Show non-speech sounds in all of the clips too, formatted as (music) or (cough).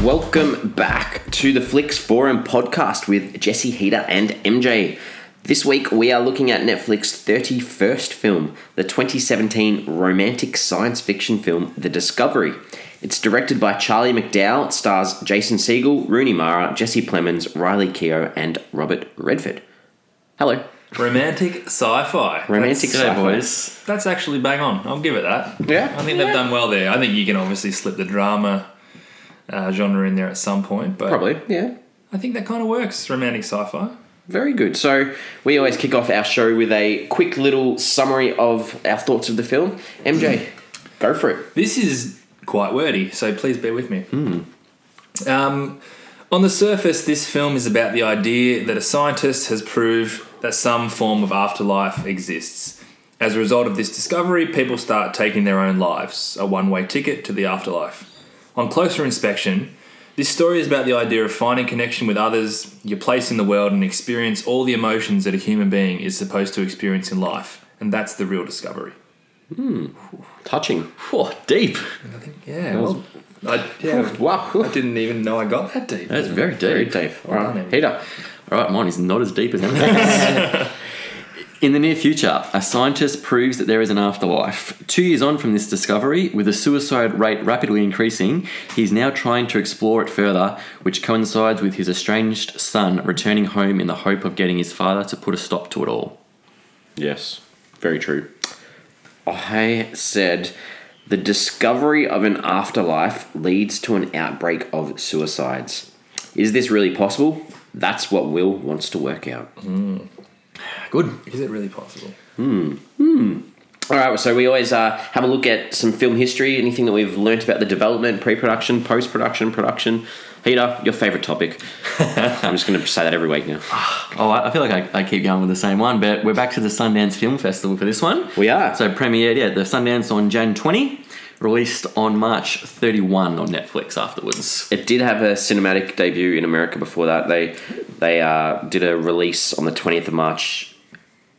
Welcome back to the Flicks Forum podcast with Jesse Heater and MJ. This week we are looking at Netflix's 31st film, the 2017 romantic science fiction film The Discovery. It's directed by Charlie McDowell, it stars Jason Siegel, Rooney Mara, Jesse Plemons, Riley Keough, and Robert Redford. Hello. Romantic sci-fi. Romantic That's- sci-fi. boys. That's actually bang on. I'll give it that. Yeah. I think Yeah. they've done well there. I think you can obviously slip the drama uh, genre in there at some point, but Probably, yeah. I think that kind of works. Romantic sci-fi. Very good. So we always kick off our show with a quick little summary of our thoughts of the film. MJ, go for it. This is quite wordy, so please bear with me. Um, on the surface, this film is about the idea that a scientist has proved that some form of afterlife exists. As a result of this discovery, people start taking their own lives, a one way ticket to the afterlife. On closer inspection, this story is about the idea of finding connection with others, your place in the world, and experience all the emotions that a human being is supposed to experience in life. And that's the real discovery. Touching. Oh, deep. I think, yeah. Well, I, yeah, Wow. I didn't even know I got that deep. That's very deep. Very deep. All done, right. Em. Peter. All right, mine is not as deep as that. (laughs) In the near future, a scientist proves that there is an afterlife. Two years on from this discovery, with the suicide rate rapidly increasing, he's now trying to explore it further, which coincides with his estranged son returning home in the hope of getting his father to put a stop to it all. Yes. Very true. I said the discovery of an afterlife leads to an outbreak of suicides. Is this really possible? That's what Will wants to work out. Good. Is it really possible? All right, so we always uh, have a look at some film history, anything that we've learnt about the development, pre-production, post-production, production. Peter, your favourite (laughs) topic. I'm just going to say that every week now. Oh, I I feel like I, I keep going with the same one, but we're back to the Sundance Film Festival for this one. We are. So premiered, yeah, the Sundance on Jan 20, released on March 31 on Netflix afterwards. It did have a cinematic debut in America before that. They they uh, did a release on the 20th of March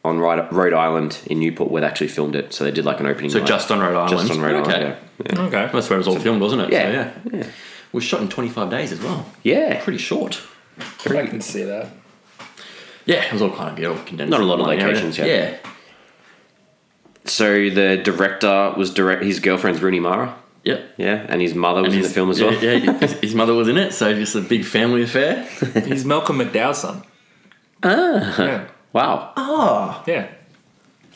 on Rhode Rhode Island in Newport, where they actually filmed it. So they did like an opening. So night. just on Rhode Island. just on Rhode okay. Island. Yeah. Okay. That's where it was all filmed, wasn't it? Yeah. So, yeah. Was shot in 25 days as well. Yeah. Pretty short. I can see that. Yeah, it was all kind of yeah, all condensed. Not a lot of in one area. locations, yeah. Yeah. So the director was direct. His girlfriend's Rooney Mara. Yep. Yeah, and his mother was in the his- film as yeah, well. Yeah, his, his mother was in it, so just a big family (laughs) affair. He's Malcolm McDowell's son. Ah. Yeah. Wow. (laughs) Oh, yeah.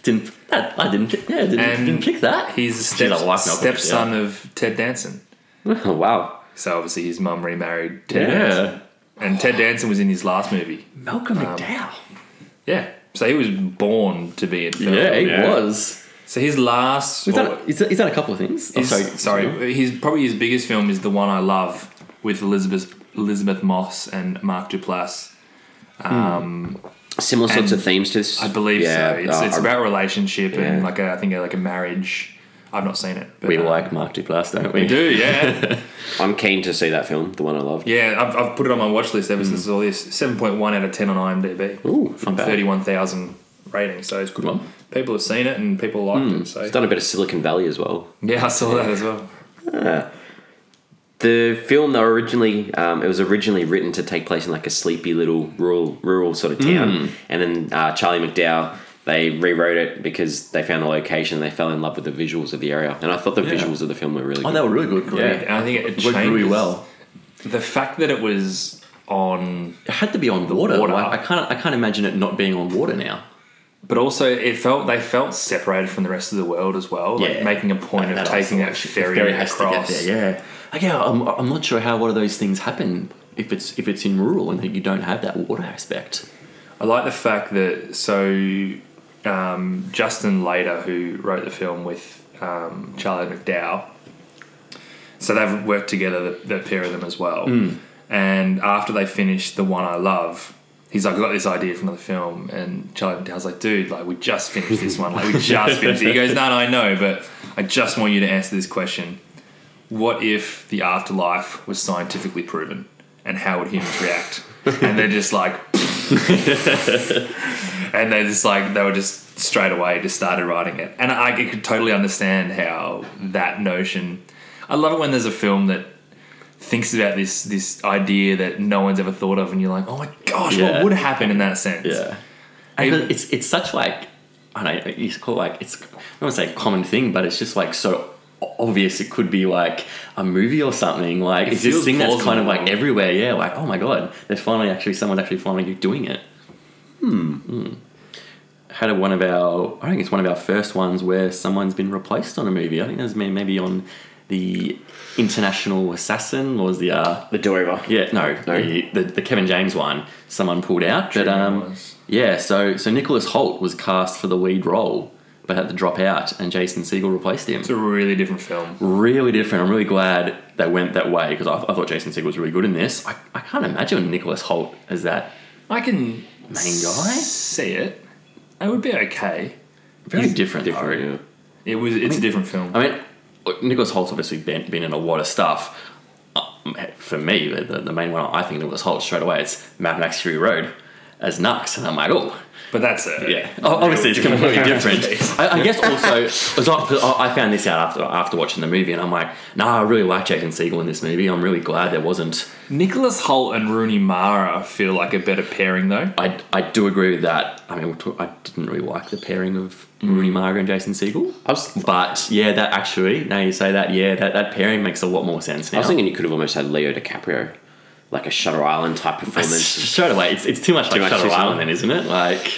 didn't that, I didn't. pick- Yeah, didn't, And didn't pick that. He's a Jeez, step, I like Malcolm stepson of Ted Danson. wow. So obviously his mum remarried Ted Yeah. Danson. And Ted Danson was in his last movie. Malcolm um, McDowell. Yeah. So he was born to be in film. yeah, he was. So his last. He's or- done, he's, done- he's done a couple of things. Oh, his- sorry. His, probably his biggest film is The One I Love with Elizabeth, Elizabeth Moss and Mark Duplass. Similar sorts And of themes to this. I believe so. It's, uh, it's I- about relationship Yeah. and like a, I think like a marriage. I've not seen it. But We uh, like Mark Duplass, don't we? We do, (laughs) yeah, I'm keen to see that film, the one I love. yeah. I've, I've put it on my watch list ever since all this. Seven point one out of ten on IMDb. Ooh, from Hmm. bad. thirty one thousand rating. So it's good one. Hmm. People have seen it and people liked it. So It's done a bit of Silicon Valley as well. (laughs) yeah, I saw that as well. The film, though, originally um, it was originally written to take place in like a sleepy little rural rural sort of Hmm. town, and then uh, Charlie McDowell they rewrote it because they found the location. and They fell in love with the visuals of the area, and I thought the visuals of the film were really Oh, good. they were really good. Yeah, Yeah. and I think it, it Worked really changes- well. The fact that it was on, It had to be on water. Water. Like, I can't. I can't imagine it not being on water now. but also it felt they felt separated from the rest of the world as well. Like Yeah. making a point of That taking also- that ferry, across. Yeah. Again, I'm, I'm not sure how one of those things happen if it's if it's in rural and that you don't have that water aspect. I like the fact that so um, Justin Later, who wrote the film with um, Charlie McDowell, so they've worked together, the, the pair of them as well. And after they finished the one I love, he's like, I got this idea from the film, and Charlie McDowell's like, dude, like we just finished this one, like we just finished it. He goes, no, no, I know, but I just want you to answer this question: What if the afterlife was scientifically proven, and how would humans react? And they're just like, (laughs) and they just like they were just straight away just started writing it and i, I could totally understand how that notion i love it when there's a film that thinks about this this idea that no one's ever thought of, and you're like, oh my gosh, Yeah. what would happen in that sense? Yeah. And Even- but it's it's such like I don't know, it's called like it's I don't want to say common thing, but it's just like so o- obvious it could be like a movie or something. Like it's this feels thing that's kind of plausible. like everywhere, yeah, like oh my god, there's finally actually someone's actually finally doing it. Hmm. Had a, one of our I think it's one of our first ones where someone's been replaced on a movie. I think there's may- maybe on the International Assassin or was the uh The Dover. yeah, no, No. The, the the Kevin James one, someone pulled out. But um, was. yeah, so so Nicholas Holt was cast for the lead role, but had to drop out, and Jason Siegel replaced him. It's a really different film. Really different. I'm really glad they went that way because I, I thought Jason Siegel was really good in this. I, I can't imagine Nicholas Holt as that. I can main guy? see it. It would be okay. Very different, Different, though. yeah. It was. It's a different film. I mean, Nicholas Holt's obviously been, been in a lot of stuff. Um, For me, the, the, the main one I think Nicholas Holt straight away it's Mad Max Fury Road as Nux, and I'm like, oh, but that's it. Yeah, O- obviously it's completely (laughs) different. I, I guess also, it's not, 'cause I I found this out after after watching the movie, and I'm like, nah, I really like Jason Siegel in this movie. I'm really glad there wasn't. Nicholas Holt and Rooney Mara feel like a better pairing, though. I, I do agree with that. I mean, we'll talk, I didn't really like the pairing of Rooney Mara and Jason Siegel, I was, I but yeah, that actually now you say that, yeah, that, that pairing makes a lot more sense now. was thinking you could have almost had Leo DiCaprio, like a Shutter Island type performance. Straight away, it's, it's too much like much Shutter too soon. Island, then, isn't it? Like,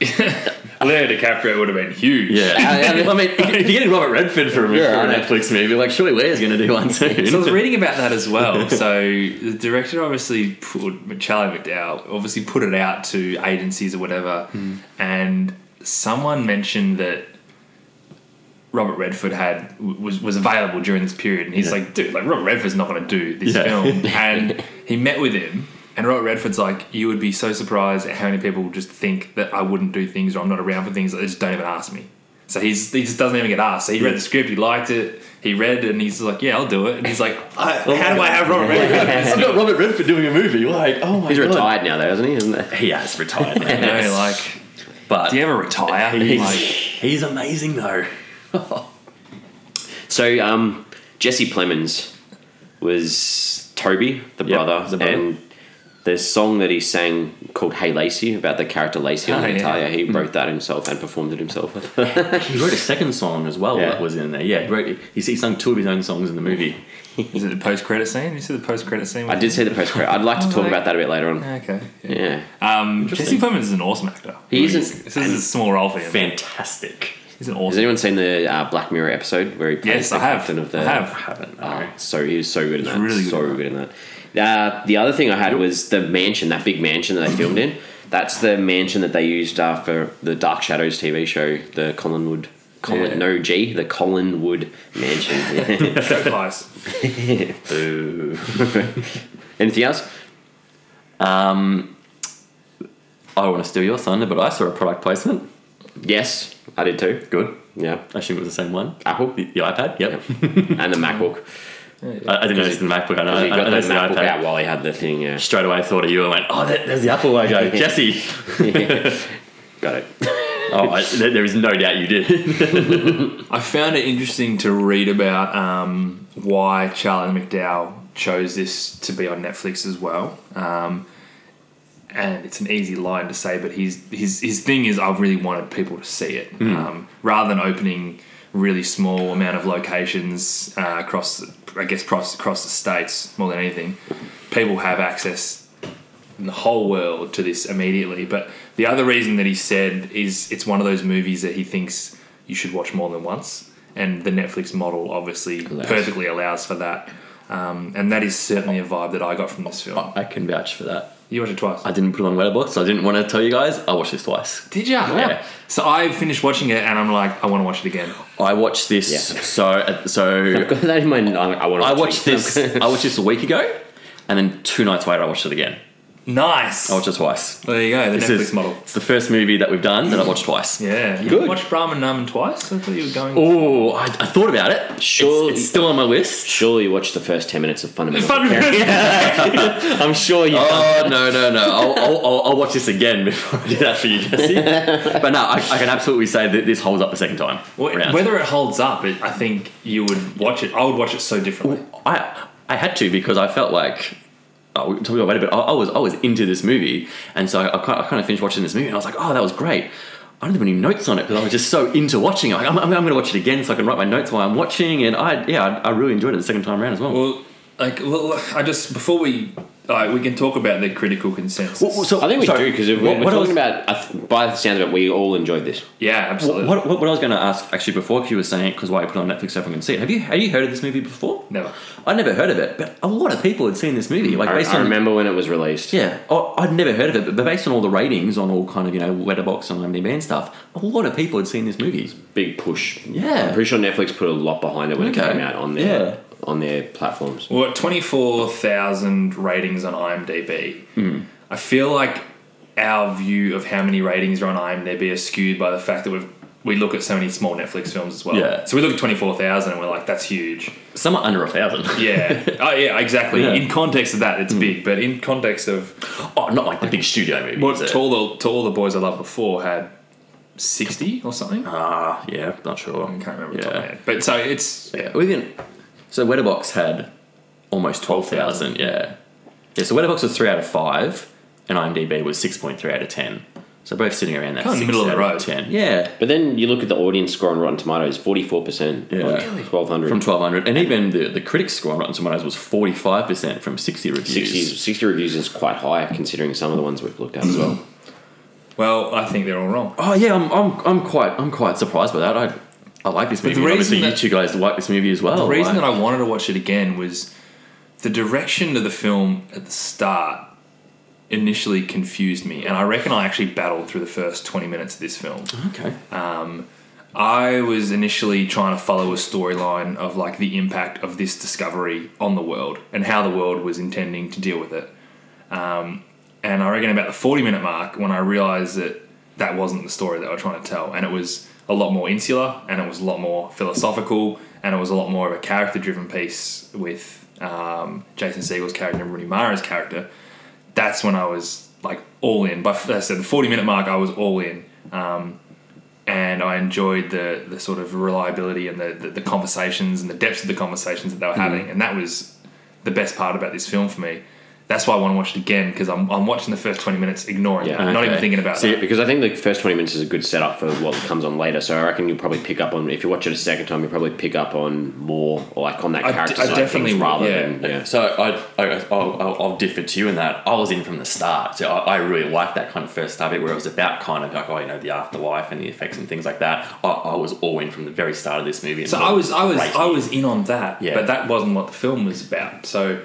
Leo DiCaprio would have been huge. yeah. (laughs) I, mean, if, if you're getting Robert Redford for a, movie, Yeah, for a I know. Netflix movie, like, surely Leo's going to do one soon. So I was reading about that as (laughs) well. So the director obviously put Charlie McDowell obviously put it out to agencies or whatever, Hmm. and someone mentioned that Robert Redford had was was available during this period, and he's like, dude, like Robert Redford's not going to do this Yeah. film, and he met with him. And Robert Redford's like, you would be so surprised at how many people just think that I wouldn't do things or I'm not around for things. They just don't even ask me. So he's he just doesn't even get asked. So he read the script, he liked it, he read, it, and he's like, yeah, I'll do it. And he's like, I, how do I have Robert Redford? I've got Robert Redford doing a movie. Like, oh my He's god, retired now, though, isn't he? Isn't he? He has retired, (laughs) you now, know, like, but do you ever retire? he's, Like, he's amazing though. So, um, Jesse Plemons was Toby, the Yep, brother, the brother. and the song that he sang called "Hey Lacey" about the character Lacey on Oh, yeah. Natalia. He wrote that himself and performed it himself. (laughs) He wrote a second song as well Yeah. that was in there. Yeah, he wrote. He, he sung two of his own songs in the movie. is it the post credit scene? You see the post credit scene? I did see the press credit. I'd like to Oh, talk like- about that a bit later on. Okay. Yeah. Yeah, Um, Jesse Plemons is an awesome actor. He is He's- an- This is a small role for him. Fantastic. He's an has awesome. anyone seen the uh, Black Mirror episode where he plays Yes, the I have. captain of the? I I have. haven't. No. Oh, so he was so good in that. really good so in that. good in that. Uh, the other thing I had was the mansion, that big mansion (clears throat) that they filmed in. That's the mansion that they used uh, for the Dark Shadows TV show, the Collinwood. Colin, Yeah. No G, the Collinwood Mansion. (laughs) (laughs) So close. Boo. Anything else? Um, I don't want to steal your thunder, but I saw a product placement. Yes, I did too. Good. Yeah, I assume it was the same one. Apple The, the iPad. Yep. and (laughs) the MacBook. (laughs) I, I didn't notice the MacBook. Uh, I know. He I, got I the noticed the MacBook iPad. out while he had the thing. Yeah, Straight away, thought of you and went, "Oh, there, there's the Apple (laughs) logo, Jesse." got it. Oh, I, there there is no doubt you did. (laughs) I found it interesting to read about um, why Charlie McDowell chose this to be on Netflix as well. Um, and it's an easy line to say, but his his his thing is I've really wanted people to see it, um, rather than opening really small amount of locations uh, across, I guess, across, across the states more than anything. People have access in the whole world to this immediately. But the other reason that he said is it's one of those movies that he thinks you should watch more than once, and the Netflix model obviously perfectly allows for that. Um, and that is certainly a vibe that I got from this film. I can vouch for that. You watched it twice. I didn't put it on Letterboxd, so I didn't want to tell you guys. I watched this twice. Did ya? Yeah. So I finished watching it, and I'm like, I want to watch it again. I watched this. Yeah. So uh, so got that in my. I want to. I (laughs) watched this. I watched this a week ago, and then two nights later I watched it again. Nice. I watched it twice. there you go. The This Netflix is- model. It's the first movie that we've done that I watched twice. Yeah. You Good. Watched Brahman Naman twice. I thought you were going. Oh, I, I thought about it. Surely- it's, it's still on my list. Surely you watched the first ten minutes of Fundamental. Parenting. Fun- (laughs) I'm sure (laughs) you. Oh no no no! I'll, I'll, I'll, I'll watch this again (laughs) before I do that for you, (laughs) Jesse. but no, I, I can absolutely say that this holds up the second time. Wh- round. Whether it holds up, it, I think you would watch it. I would watch it so differently. I I had to because I felt like oh, we can talk about it later, but I, I was I was into this movie, and so I, I, kind, of, I kind of finished watching this movie, and I was like, oh, that was great. I don't have any notes on it because I was just so into watching it. Like, I'm, I'm, I'm going to watch it again so I can write my notes while I'm watching, and I yeah, I, I really enjoyed it the second time around as well. Well, like, well, I just before we, like, we can talk about the critical consensus. Well, well, so- I think we sorry, do because we're, what- we're what I talking was- about. I th- by the sounds of it, we all enjoyed this. yeah, absolutely. What, what, what I was going to ask actually before 'cause you were saying because why you put it on Netflix so everyone can see it. Have you have you heard of this movie before? Never. I'd never heard of it, but a lot of people had seen this movie. Like Mm, I, based I on remember when it was released. yeah, I- I'd never heard of it, but- but based on all the ratings on all kind of you know Letterbox and IMDb and stuff, a lot of people had seen this movie. Big push. Yeah. I'm pretty sure Netflix put a lot behind it when Okay. it came out on their Yeah. on their platforms. Well, twenty four thousand ratings on IMDb. Hmm. I feel like our view of how many ratings are on IMDb is skewed by the fact that we've. We look at so many small Netflix films as well. Yeah. So we look at twenty four thousand and we're like, that's huge. Some are under a thousand. Yeah. oh yeah, exactly. Yeah. Hmm. In context of that, it's big, but in context of (laughs) Oh, not like the big studio movies. Uh, what that- to all the to all the boys I loved before had sixty or something. I Ah, yeah, not sure. can't remember. Yeah. the Top of my head. But so it's Yeah, well, even so, Wetterbox had almost twelve thousand. Yeah, yeah. So Wetterbox was three out of five, and IMDb was six point three out of ten. So both sitting around that Kinda in the six middle of out the road. ten. Yeah, But then you look at the audience score on Rotten Tomatoes, forty four percent Yeah. on Really? twelve hundred. from twelve hundred, and even the the critics score on Rotten Tomatoes was forty five percent from sixty reviews. 60, 60 reviews is quite high considering some of the ones we've looked at as well. well, I think they're all wrong. Oh yeah, I'm, I'm I'm quite I'm quite surprised by that. I I like this movie. the and reason Obviously, you that- two guys like this movie as well. The reason that like- I wanted to watch it again was the direction of the film at the start initially confused me, and I reckon I actually battled through the first twenty minutes of this film. okay. I was initially trying to follow a storyline of like the impact of this discovery on the world and how the world was intending to deal with it. Um, and I reckon about the 40 minute mark when I realized that that wasn't the story that they were trying to tell. And it was a lot more insular and it was a lot more philosophical and it was a lot more of a character driven piece with um, Jason Siegel's character and Rooney Mara's character that's when I was like all in. By as I said the forty minute mark, I was all in, um, and I enjoyed the the sort of reliability and the, the the conversations and the depths of the conversations that they Mm-hmm. were having, and that was the best part about this film for me. That's why I want to watch it again because I'm, I'm watching the first twenty minutes, ignoring Yeah, that, not even okay. thinking about See, that. because I think the first 20 minutes is a good setup for what comes on later. So I reckon you'll probably pick up on, if you watch it a second time, you'll probably pick up on more, or like on that I d- character I side of definitely things will, rather yeah. than, yeah. So I, I, I'll, I'll, I'll differ to you in that I was in from the start. So I, I really liked that kind of first start bit where it was about kind of like, oh, you know, the afterlife and the effects and things like that. I, I was all in from the very start of this movie. and So I was I was raised I was in on that, Yeah. but that wasn't what the film was about. So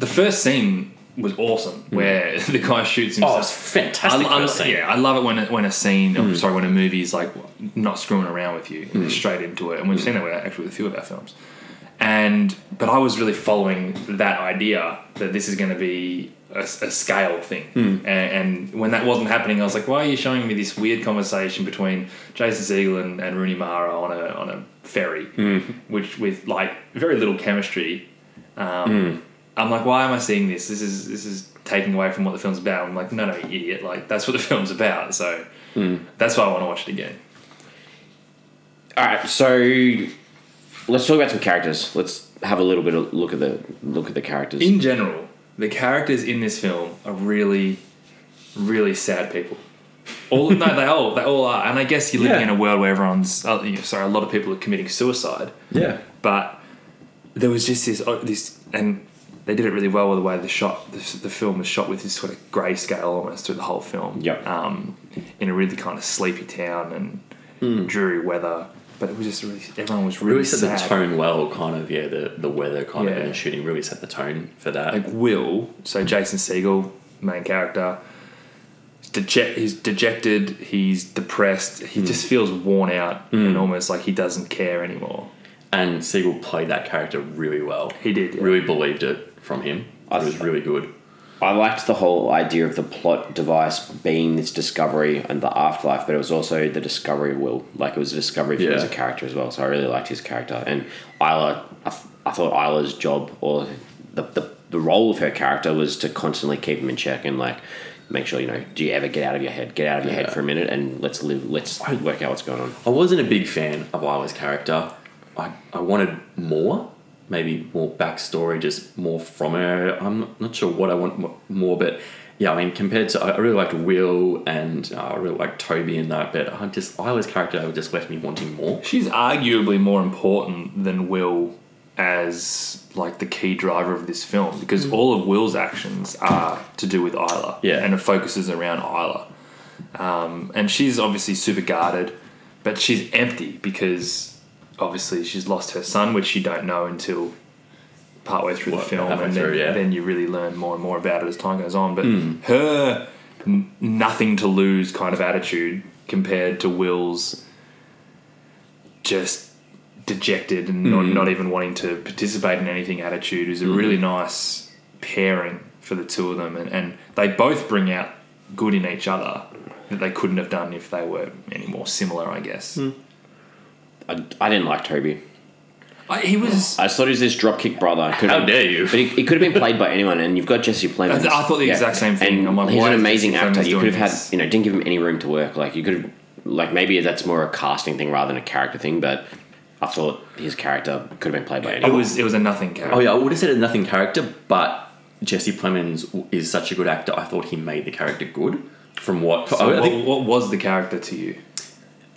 the first scene was awesome, where (laughs) the guy shoots Mm-hmm. Oh, himself. it was fantastic I, I, first scene. Yeah, I love it when a, when a scene, I'm sorry, when a movie is like not screwing around with you, and it's straight into it, and we've seen that with actually with a few of our films. And but I was really following that idea that this is going to be a, s- a scale thing, and, and when that wasn't happening, I was like, why are you showing me this weird conversation between Jason Segel and, and Rooney Mara on a on a ferry, which with like very little chemistry. Um, I'm like, why am I seeing this? This is this is taking away from what the film's about. I'm like, no, no, you idiot! Like that's what the (laughs) film's about. So that's why I want to watch it again. All right, so let's talk about some characters. Let's have a little bit of look at the look at the characters. In general, the characters in this film are really, really sad people. All no, they all they all are. And I guess you're living Yeah. in a world where everyone's uh, you know, sorry, a lot of people are committing suicide. Yeah. but there was just this oh, this and they did it really well with the way the shot the, the film was shot with this sort of grayscale almost through the whole film Yep. um, in a really kind of sleepy town and dreary weather but it was just really everyone was really, Really sad set the tone well, kind of, yeah, the, the weather kind of Yeah. and the shooting really set the tone for that. like Will, so Jason Siegel, main character, is dege- he's dejected, he's depressed, he just feels worn out and almost like he doesn't care anymore. And Siegel played that character really well. He did, yeah. Really believed it from him. I It was th- really good. I liked the whole idea of the plot device being this discovery and the afterlife, but it was also the discovery of Will. Like it was a discovery for him Yeah. as a character as well. So I really liked his character and Isla. I, th- I thought Isla's job or the, the the role of her character was to constantly keep him in check and like make sure you know. Do you ever get out of your head? Get out of your Yeah. head for a minute and let's live. Let's work out what's going on. I wasn't a big fan of Isla's character. I, I wanted more. maybe more backstory, just more from her. I'm not- not sure what I want mo- more, but yeah, I mean, compared to I I really liked Will and uh, I really liked Toby in that, but I just Isla's character just left me wanting more. She's arguably more important than Will as like the key driver of this film because all of Will's actions are to do with Isla. Yeah. And it focuses around Isla. Um, and she's obviously super guarded, but she's empty because obviously she's lost her son, which you don't know until partway through What, the film, halfway and then, through, yeah. Hmm. then you really learn more and more about it as time goes on. But her n- nothing to lose kind of attitude compared to Will's just dejected and Hmm. not, not even wanting to participate in anything attitude is a really nice pairing for the two of them, and, and they both bring out good in each other. That they couldn't have done if they were any more similar, I guess. Hmm. I, I didn't like Toby. I, he was. I just thought he was this dropkick (laughs) brother. Could How have- dare you. But he, he could have been played by anyone, and you've got Jesse Plemons. I thought the exact same thing. And I'm like, he's why an is amazing Jesse Plemons actor. You doing could have this? had, you know, didn't give him any room to work. Like you could have, like maybe that's more a casting thing rather than a character thing. But I thought his character could have been played by It anyone. was. It was a nothing character. Oh yeah, I would have said a nothing character, but Jesse Plemons w- is such a good actor. I thought he made the character good. From what So I what, think what was the character to you?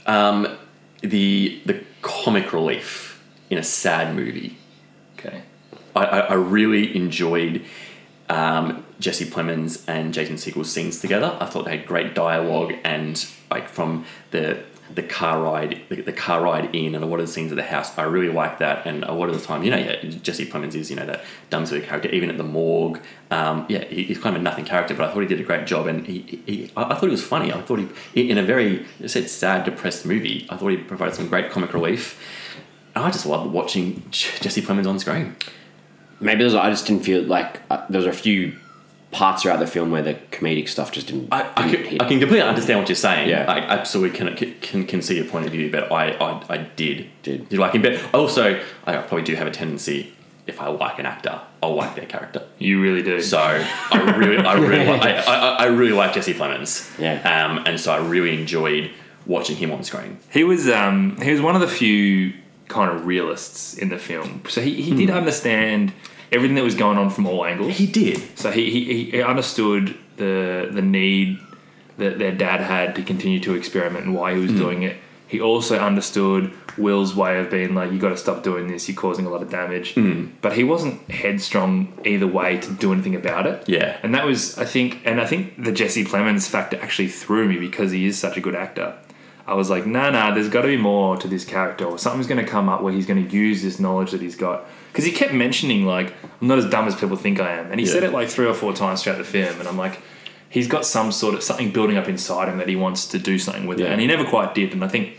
Um, the the comic relief in a sad movie. Okay. I, I, I really enjoyed um, Jesse Plemons and Jason Segel scenes together. I thought they had great dialogue and like from the the car ride the, the car ride in and a lot of the scenes at the house. I really like that and a lot of the time, you know, yeah, Jesse Plemons is you know that dumb sort of character. Even at the morgue, um, yeah, he, he's kind of a nothing character, but I thought he did a great job and he, he, he I, I thought he was funny. I thought he in a very I said sad depressed movie. I thought he provided some great comic relief. And I just love watching Jesse Plemons on screen. maybe there's, I just didn't feel like uh, there was a few parts throughout the film where the comedic stuff just didn't. I, I, didn't can, hit. I can completely understand what you're saying. Yeah. I absolutely can, can, can see your point of view, but I, I, I did. Did. like him? But also, I probably do have a tendency, if I like an actor, I'll like their character. You really do. So I really, (laughs) I really, li- I, I, I really like Jesse Plemons. Yeah. Um, and so I really enjoyed watching him on screen. He was um, he was one of the few kind of realists in the film. So he, he did Hmm. understand everything that was going on from all angles. He did. so he, he, he understood the the need that their dad had to continue to experiment and why he was doing it. He also understood Will's way of being like, you got to stop doing this. You're causing a lot of damage. But he wasn't headstrong either way to do anything about it. Yeah. and that was I think, and I think the Jesse Plemons factor actually threw me because he is such a good actor. I was like, nah, nah, there's got to be more to this character, or something's going to come up where he's going to use this knowledge that he's got. Because he kept mentioning like, I'm not as dumb as people think I am, and he Yeah. said it like three or four times throughout the film, and I'm like, he's got some sort of something building up inside him that he wants to do something with it, Yeah. and he never quite did. And I think,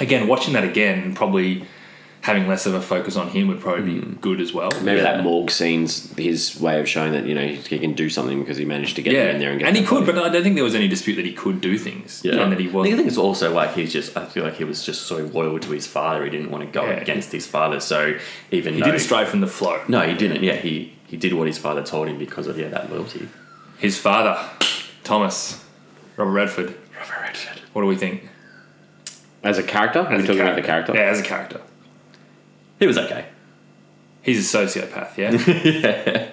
again, watching that again, and probably having less of a focus on him would probably be good as well. Maybe Yeah. that morgue scene's his way of showing that you know he can do something because he managed to get Yeah, them in there and get. and, he them. could, but I don't think there was any dispute that he could do things, and that he I was. think- I think it's also like he's just. I feel like he was just so loyal to his father. He didn't want to go Yeah. against his father. So even He though, didn't stray from the flow. no, he didn't. Yeah, he he did what his father told him because of yeah that loyalty. His father, Thomas, Robert Redford. What do we think? as a character, we're As a talking about the character. Yeah, as a character. He was okay. He's a sociopath, (laughs) yeah?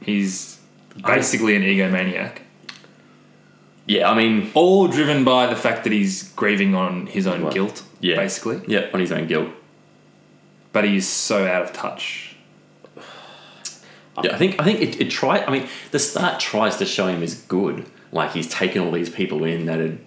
He's basically an egomaniac. Yeah, I mean, All driven by the fact that he's grieving on his own Well, guilt, yeah, basically. yeah, on his own guilt. But he is so out of touch. Yeah, I think I think it, it tries. I mean, the start tries to show him as good, like he's taken all these people in that had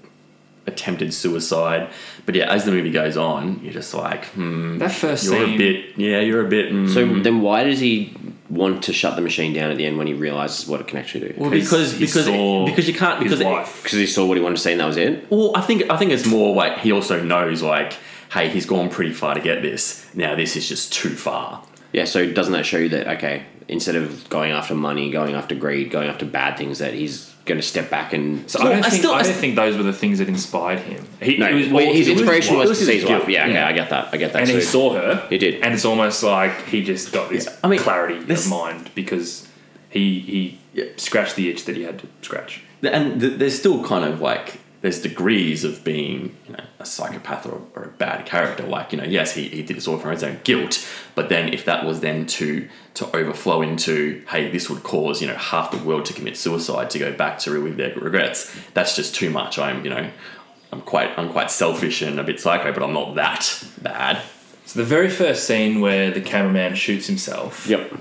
attempted suicide. But yeah, as the movie goes on, you're just like, Mm. hmm, That 1st you're scene. a bit, yeah, you're a bit. mm. So then, why does he want to shut the machine down at the end when he realizes what it can actually do? Well, because he because saw because you can't because his it- wife. Because he saw what he wanted to see, and that was it. well, I think I think it's more like he also knows like, hey, he's gone pretty far to get this. Now this is just too far. Yeah. So doesn't that show you that okay, instead of going after money, going after greed, going after bad things, that he's going to step back and So Well, I don't, I think, still- I I don't s- think those were the things that inspired him. He, no, it was well, all- his it was inspiration what- was, was to his see his guilt. wife. Yeah. Okay. Yeah. I get that. I get that. and so he saw her. He did. and it's almost like he just got this I mean, clarity this- of mind because he he Yeah. scratched the itch that he had to scratch. and th- there's still kind of like there's degrees of being you know, a psychopath or, or a bad character. Like, you know, yes, he, he did this all from his own guilt, but then if that was then to to overflow into, hey, this would cause, you know, half the world to commit suicide to go back to with their regrets, that's just too much. I'm, you know, I'm quite I'm quite selfish and a bit psycho, but I'm not that bad. So the very first scene where the cameraman shoots himself, Yep.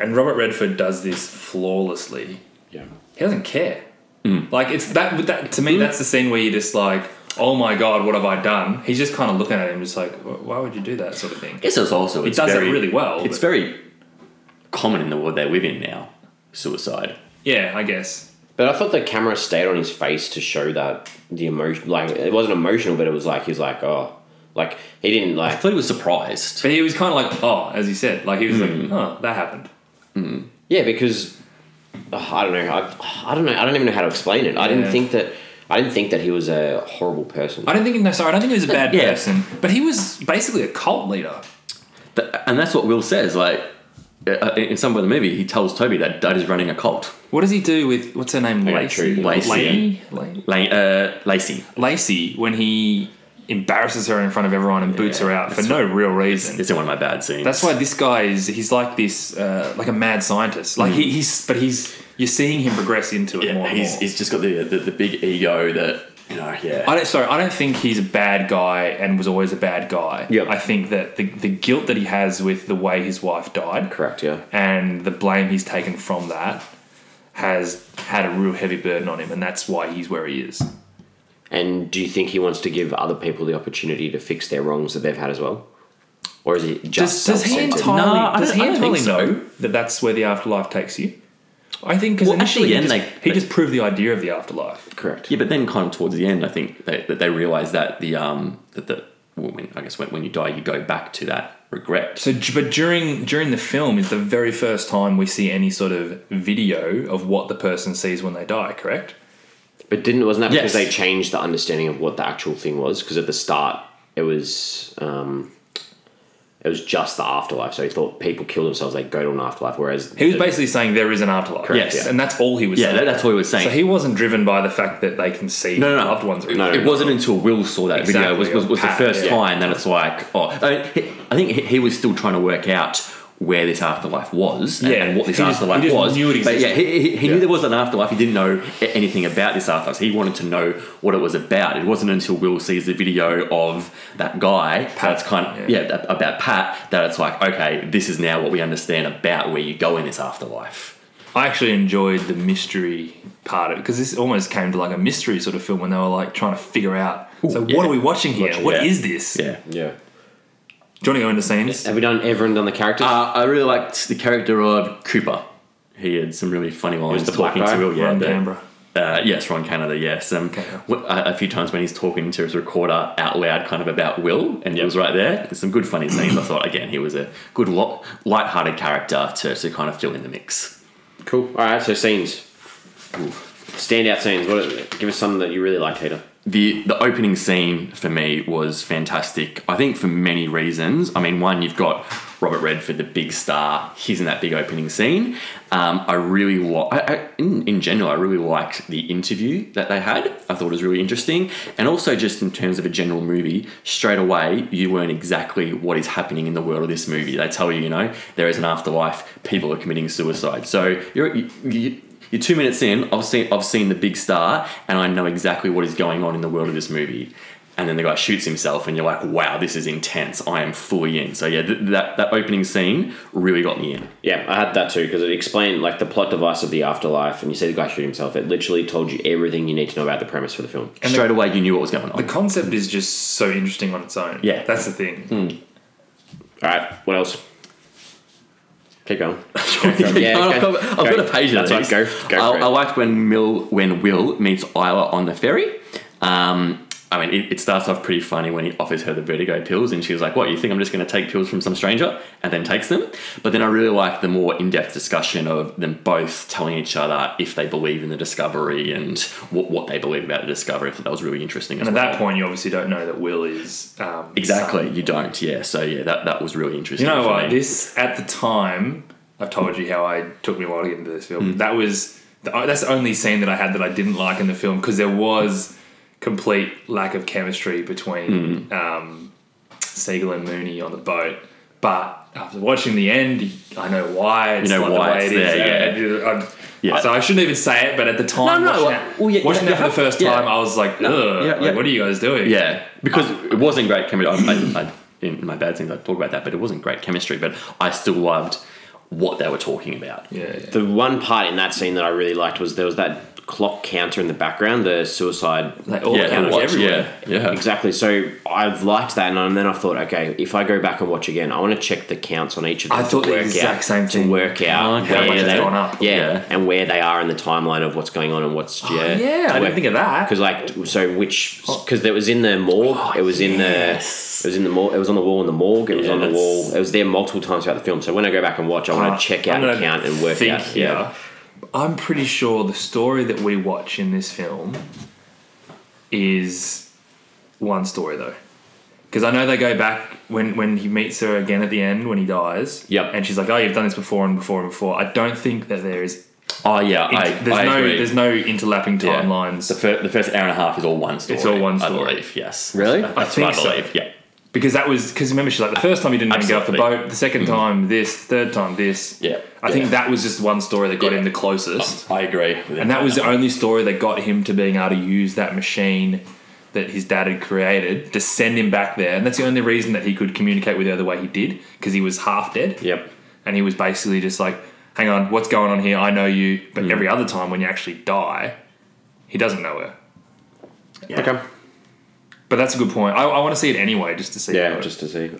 and Robert Redford does this flawlessly. Yeah. Hmm. He doesn't care. Like it's that, that to me, that's the scene where you're just like, oh my god, what have I done? He's just kind of looking at him, just like, "Wh- why would you do that sort of thing? I guess it's also it's does it very- really well, It's but- very common in the world they live in now. Suicide. Yeah, I guess. But I thought the camera stayed on his face to show that the emotion, like it wasn't emotional, but it was like he's like, oh, like he didn't I like. thought he was surprised. But he was kind of like, oh, as you said, like he was Hmm. like, oh, that happened. Yeah, because ugh, I don't know. I, I don't know. I don't even know how to explain it. I Yeah. didn't think that. I didn't think that he was a horrible person. I don't think no, sorry, I don't think he was a bad Yeah. person, but he was basically a cult leader. Th- and that's what Will says. Like uh, in some of the movie, he tells Toby that Dad is running a cult. What does he do with what's her name? Okay, Lacey. true. Lacey. Lacey. La- Lane, uh, Lacey. Lacey when he embarrasses her in front of everyone and boots her out for that's no real reason. It's in one of my bad scenes. That's why this guy is he's like this uh, like a mad scientist. Like he, he's but he's you're seeing him progress into it Hmm. Yeah, more and he's, more. he's just got the, the the big ego that you know. Yeah. I don't sorry, I don't think he's a bad guy and was always a bad guy. Yep. I think that the, the guilt that he has with the way his wife died Correct. Yeah. and the blame he's taken from that has had a real heavy burden on him and that's why he's where he is. And do you think he wants to give other people the opportunity to fix their wrongs that they've had as well, or is it Does, just does he self-centered? entirely, No, I does don't- he I don't entirely think so. know that that's where the afterlife takes you? I think because Well, at the initially end, he, just, like- he just proved the idea of the afterlife. Correct. Yeah, but then kind of towards the end, I think they, that they realize that the um that the well, when, I guess when, when you die, you go back to that regret. So, d- but during during the film is the very first time we see any sort of video of what the person sees when they die. Correct? But didn't wasn't that because Yes. they changed the understanding of what the actual thing was? Because at the start it was um, it was just the afterlife. So he thought people kill themselves, they go to an afterlife. Whereas He was basically saying there is an afterlife. Correct, yeah. and that's all he was. yeah, saying. that, that's what he was saying. so he wasn't driven by the fact that they can see No, no, no. loved ones. No, it no. wasn't until Will saw that Exactly, video was, was, was the or Pat, first yeah. time that it's like oh I, mean, he- I think he, he was still trying to work out where this afterlife was and, Yeah, and what this he just- afterlife he just was knew it but yeah existed. he, he, he Yeah. knew there was an afterlife he didn't know a- anything about this afterlife so he wanted to know what it was about it wasn't until Will sees the video of that guy that's kind of yeah. yeah. that- about Pat that it's like okay this is now what we understand about where you go in this afterlife I actually enjoyed the mystery part of it because this almost came to like a mystery sort of film when they were like trying to figure out. so yeah. what are we watching here? What is Watching- yeah. this? yeah yeah. Do you want to go into scenes? Have we done everyone done the characters? Uh, I really liked the character of Cooper. He had some really funny lines the black talking guy? to Will. Yeah, Ron the- Canberra. Uh, yes, Ron Canada. Yes, um, wh- a, a few times when he's talking to his recorder out loud, kind of about Will, and he was right there. There's some good funny scenes. I thought again, he was a good, lo- light-hearted character to, to kind of fill in the mix. cool. All right. So scenes. Standout scenes. What? Give us some that you really liked, Peter. the the opening scene for me was fantastic. I think for many reasons. I mean, one, you've got Robert Redford, the big star. He's in that big opening scene. Um, I really like. I, I, in, in general, I really liked the interview that they had. I thought it was really interesting, and also just in terms of a general movie, straight away you learn exactly what is happening in the world of this movie. They tell you, you know, there is an afterlife. People are committing suicide. So you're. You, you, you're two minutes in. I've seen I've seen the big star, and I know exactly what is going on in the world of this movie. And then the guy shoots himself, and you're like, "Wow, this is intense. I am fully in." So yeah, th- that that opening scene really got me in. Yeah, I had that too because it explained like the plot device of the afterlife, and you see the guy shoot himself. It literally told you everything you need to know about the premise for the film. Straight away, you knew what was going The on. concept is just so interesting on its own. Yeah. Hmm. that's the thing. All right. What else? Keep going. (laughs) (laughs) yeah, I've go- got, I've got a page of That's right, these. go- go I, for it. I liked when Mill when Will meets Isla on the ferry. Um, I mean, it, it starts off pretty funny when he offers her the vertigo pills, and she's like, "What? You think I'm just going to take pills from some stranger?" And then takes them. But then I really like the more in-depth discussion of them both telling each other if they believe in the discovery and what, what they believe about the discovery. I thought that was really interesting. As And at well. that point, you obviously don't know that Will is um, exactly, son. you don't. Yeah. So yeah, that that was really interesting. You know for what? me. This at the time, I've told you how I took me a while to get Hmm. uh, into this film. That was the, that's the only scene that I had that I didn't like in the film because there was. complete lack of chemistry between Hmm. um, Siegel and Mooney on the boat. But after watching the end, I know why. It's know like why the way it's it is. there, yeah. I'm- Yeah. So I shouldn't even say it, but at the time, No, no, watching, well, that, well, yeah, watching yeah, that for the yeah. first time, I was like, ugh, yeah, like, yeah. what are you guys doing? Yeah, because it wasn't great chemistry. I, I, I, in my bad things, I talk about that, but it wasn't great chemistry. But I still loved what they were talking about. Yeah, yeah. The one part in that scene that I really liked was there was that clock counter in the background, the suicide. Like, all Yeah, the cameras watch, everywhere. Yeah, yeah. Exactly. So I've liked that, and then I thought, okay, if I go back and watch again, I want to check the counts on each of them. I to thought the work out- exact same To thing. work out Okay. How much it's they gone up. Oh, Yeah, Yeah. and where they are in the timeline of what's going on and what's yeah. Yeah, I didn't think of that. Oh. because like so which because it was in the morgue. it was in the it was in the morgue. It was on the wall in the morgue. It was Yeah, on the that's- wall. It was there multiple times throughout the film. So when I go back and watch, I want Uh, to check I'm out gonna and count and work think out. here. I'm pretty sure the story that we watch in this film is one story though. Because I know they go back when, when he meets her again at the end when he dies. Yep. And she's like, "Oh, you've done this before and before and before." I don't think that there is. Oh yeah, I, there's I no agree. there's no interlapping Yeah. timelines The, fir- the first hour and a half is all one story. It's all one I story. believe. Yes. Really? That's I what think I so. believe. Yeah. because that was because remember she's like the first time you didn't even get off the Absolutely. Mm-hmm. boat, the second time this, third time this. Yeah. I think Yeah. that was just one story that got Yeah. him the closest. I agree. With And that was the only story that got him to being able to use that machine that his dad had created to send him back there. And that's the only reason that he could communicate with her the way he did, because he was half dead. (laughs) Yep. And he was basically just like, hang on, what's going on here? I know you. But every other time when you actually die, he doesn't know her. Okay. But that's a good point. I, I want to see it anyway, just to see. how Yeah, it- just to see.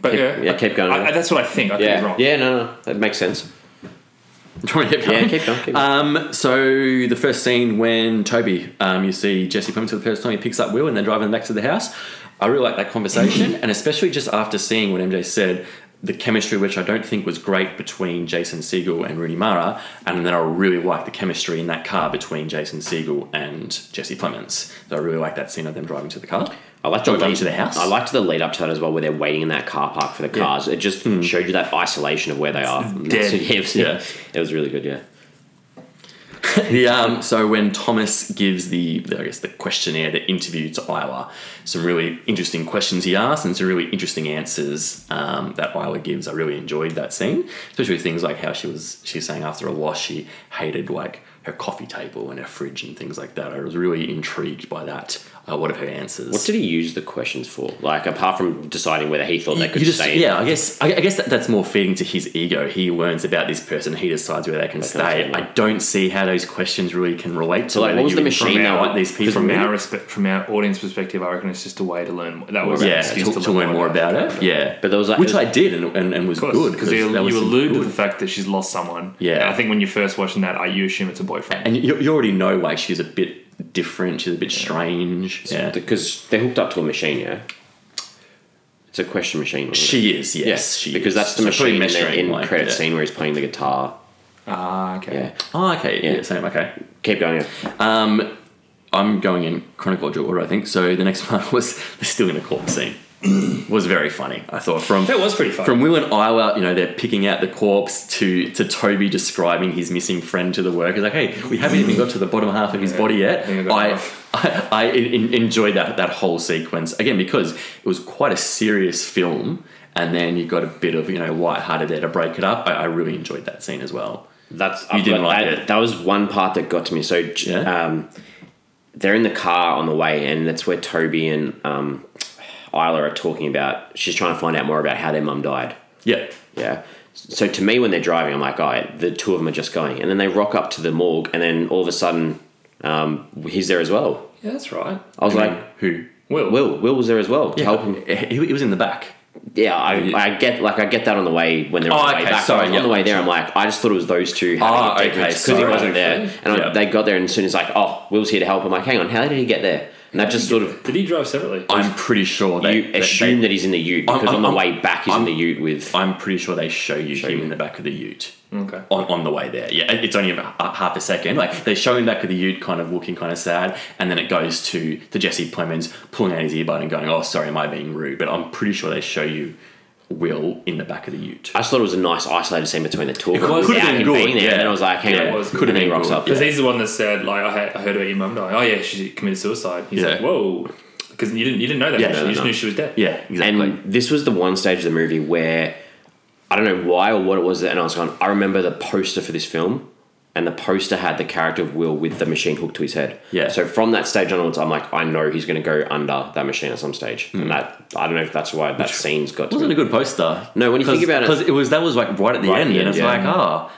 but yeah, yeah, keep going. I, I- that's what I think. I could be Yeah, wrong. yeah, no, no, that makes sense. Yeah, keep going. (laughs) Keep going. Um, so the first scene when Toby, um, you see Jesse Plemons for the first time, he picks up Will and they're driving back to the house. I really like that conversation, and especially just after seeing what MJ said, the chemistry, which I don't think was great between Jason Siegel and Rooney Mara, and then I really like the chemistry in that car between Jason Siegel and Jesse Plemons. So I really like that scene of them driving to the car. I liked the Driving lead, to the house. I liked the lead up to that as well, where they're waiting in that car park for the cars. It just showed you that isolation of where they are. dead. Yeah, it (laughs) was, Hmm. Yeah. it was really good. Yeah, The um, so when Thomas gives the, the I guess the questionnaire, the interview to Isla, some really interesting questions he asks and some really interesting answers um, that Isla gives. I really enjoyed that scene, especially things like how she was she's saying after a loss she hated like her coffee table and her fridge and things like that. I was really intrigued by that. Uh, what of her answers? what did he use the questions for? Like apart from deciding whether he thought they could you just, stay. in. yeah, I guess I, I guess that, that's more feeding to his ego. He learns about this person. He decides where they can stay, stay. yeah. I don't see how those questions really can relate to like, whether what was you the invite machine that- these people From in. our respect, from our audience perspective, I reckon it's just a way to learn. That was an yeah, excuse to, to learn more about it. Yeah, But there was like- which there I did and, and, and was good because you, that was you allude to good. the fact that she's lost someone. Yeah. And I think when you're first watching that, I, you assume it's a boyfriend. and you, you already know why she's a bit different. She's a bit strange. Yeah, because they're hooked up to a machine. Yeah, it's a question machine. wasn't it? she is. Yes, she because is. that's the So machine probably in, the- measuring, in like, credit yeah. scene where he's playing the guitar. Ah, okay. Yeah, Oh, okay. Yeah. Yeah. same. Okay. keep going. Um, I'm going in chronological order, I think. So the next (laughs) one was the still in the court scene. was very funny. I thought from That was pretty funny. From Will and Iowa, you know, they're picking out the corpse to to Toby describing his missing friend to the workers. Like, hey, we haven't even got to the bottom half of his body yet. I think I got I, half. (laughs) I, I en- enjoyed that that whole sequence again because it was quite a serious film, and then you got a bit of you know lighthearted there to break it up. I, I really enjoyed that scene as well. That's You didn't like I- it. That was one part that got to me. So Yeah? um, they're in the car on the way, and that's where Toby and um, Isla are talking about. She's trying to find out more about how their mum died. Yeah, Yeah. So to me, when they're driving, I'm like, all right, the two of them are just going, and then they rock up to the morgue, and then all of a sudden, um, he's there as well. Yeah, that's right. I was like, who? Will. Will, Will was there as well to help him He, he was in the back. Yeah, I, I get like I get that on the way when they're on Oh, the way okay, back. sorry, on yeah. the way there, I'm like, I just thought it was those two. Ah, okay, because he sorry. wasn't there, and I- Yeah. they got there, and as soon as like, oh, Will's here to help. I'm like, hang on, how did he get there? And that just sort of Did he drive separately? I'm pretty sure they you they- assume they- that he's in the Ute I'm- because on the I'm- way back he's in I'm- the Ute with. I'm pretty sure they show you him you. in the back of the Ute. Okay. On, on the way there, yeah, it's only about a- half a second. Like they show him back of the Ute, kind of looking kind of sad, and then it goes to to Jesse Plemons pulling out his earbud and going, "Oh, sorry, am I being rude?" But I'm pretty sure they show you Will in the back of the Ute. I just thought it was a nice isolated scene between the two. It was- could've been and being good, there, yeah. and then I was like, hang Yeah, it on, was- and could've then he been rocks good, up. Because he's the one that said, like, I, had, I heard about your mum dying. Oh yeah, she committed suicide. He's Yeah. like, whoa, because you didn't you didn't know that. Yeah, actually. no, you just no. knew she was dead. Yeah, And exactly. this was the one stage of the movie where I don't know why or what it was that, and I was going, I remember the poster for this film, and the poster had the character of Will with the machine hooked to his head. Yeah. So from that stage onwards, I'm like, I know he's going to go under that machine at some stage, and that I don't know if that's why that scene's got. It To Hmm. wasn't a me. good poster. No, when you think about it- because it was that was like right at the Right at end, the end, and it's yeah. like ah,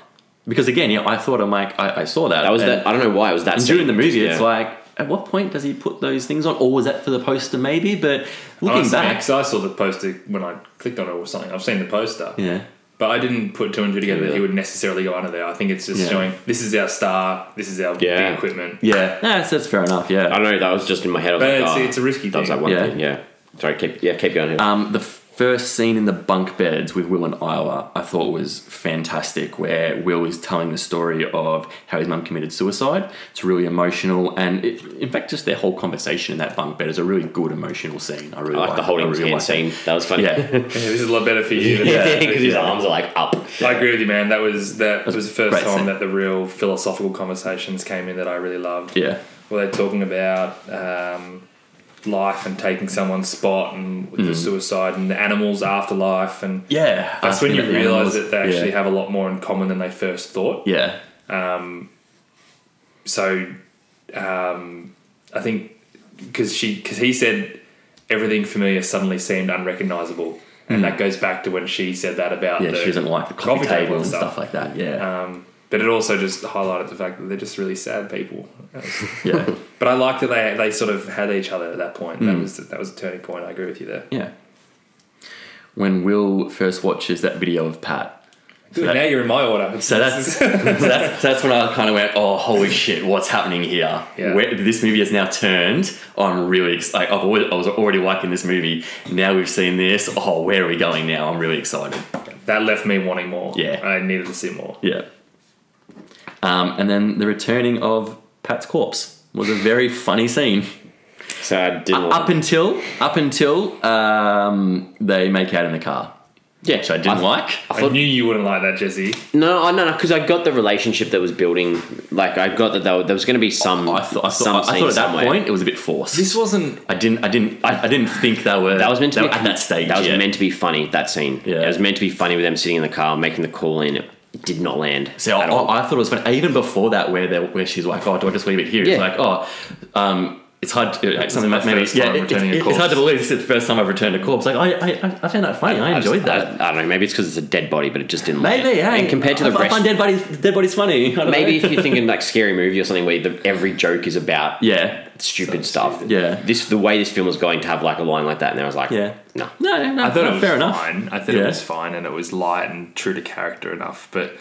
because again, yeah, I thought I'm like I, I saw that. That was and, that. I don't know why it was that. And scene. during the movie, Yeah. it's like at what point does he put those things on, or was that for the poster maybe? But looking Honestly, back, because I saw the poster when I clicked on it or something. I've seen the poster. yeah, But I didn't put two and two together that he Yeah. would necessarily go under there. I think it's just Yeah. showing this is our star, this is our Yeah. big equipment. yeah, Ah, that's that's fair enough. Yeah, I don't know. That was just in my head. I was But like, it's- oh, it's a risky That was thing. like one Yeah. thing. Yeah. Sorry. Keep yeah. Keep going. Um, the first scene in the bunk beds with Will and Isla, I thought was fantastic, where Will is telling the story of how his mum committed suicide. It's really emotional, and it, in fact, just their whole conversation in that bunk bed is a really good emotional scene. I really I like the holding I his really hand like it. scene. That was funny. (laughs) Yeah, Yeah, (laughs) this is a lot better for (laughs) you. Than Because his yeah. arms are like up. I agree with you, man. That was that was the first great time scene. that the real philosophical conversations came in that I really loved. yeah, where they're talking about um, life and taking someone's spot and Mm. the suicide and the animals' afterlife and yeah. that's when Asking you about the realise animals. that they actually yeah. have a lot more in common than they first thought. Yeah, So um, I think because she because he said everything familiar suddenly seemed unrecognisable. And that goes back to when she said that about Mm. yeah. the She doesn't like the coffee, table and stuff. like that. Yeah, Um, but it also just highlighted the fact that they're just really sad people. (laughs) yeah, But I liked that they they sort of had each other at that point. That was that was a turning point. I agree with you there. yeah. When Will first watches that video of Pat. Good. that- now you're in my order. So that's, so (laughs) that's that's when I kind of went, oh, holy shit, what's happening here? Yeah. Where, this movie has now turned. I'm really ex- like I've always, I was already liking this movie. Now we've seen this. Oh, where are we going now? I'm really excited. that left me wanting more. Yeah. I needed to see more. Yeah. Um, and then the returning of Pat's corpse was a very funny scene. So I didn't. Uh, Up until up until um, they make out in the car, yeah. which I didn't like. I knew you wouldn't like that, Jesse. No, I- no, no, because I got the relationship that was building. Like I got that there was, there was going to be some. I thought, I thought, some I thought scene at that somewhere. point it was a bit forced. This wasn't. I didn't. I didn't. I, I didn't think they were. that was meant to they be were at that stage. That was yet. meant to be funny. That scene. Yeah. It was meant to be funny with them sitting in the car making the call in. It did not land. So I, at all. I thought it was funny. Even before that, where they, where she's like, "Oh, do I just leave it here?" Yeah. It's like, "Oh, um, it's hard." To, like, something my like maybe. first time Yeah, it, returning a it- it's corpse. hard to believe this is the first time I've returned a corpse. Like, I, I, I- I found that funny. I I just- enjoyed that. I, I don't know. Maybe it's because it's a dead body, but it just didn't. land. maybe. Hey, and compared to the I, I rest, find dead bodies, dead bodies funny. I don't maybe know. if you're thinking like scary movie or something where the, every joke is about (laughs) yeah. stupid stuff. Yeah. This the way this film was going to have like a line like that, and I was like, Yeah. no. No, no, no. I thought no, it was fair fine. enough. I thought Yeah. it was fine, and it was light and true to character enough. But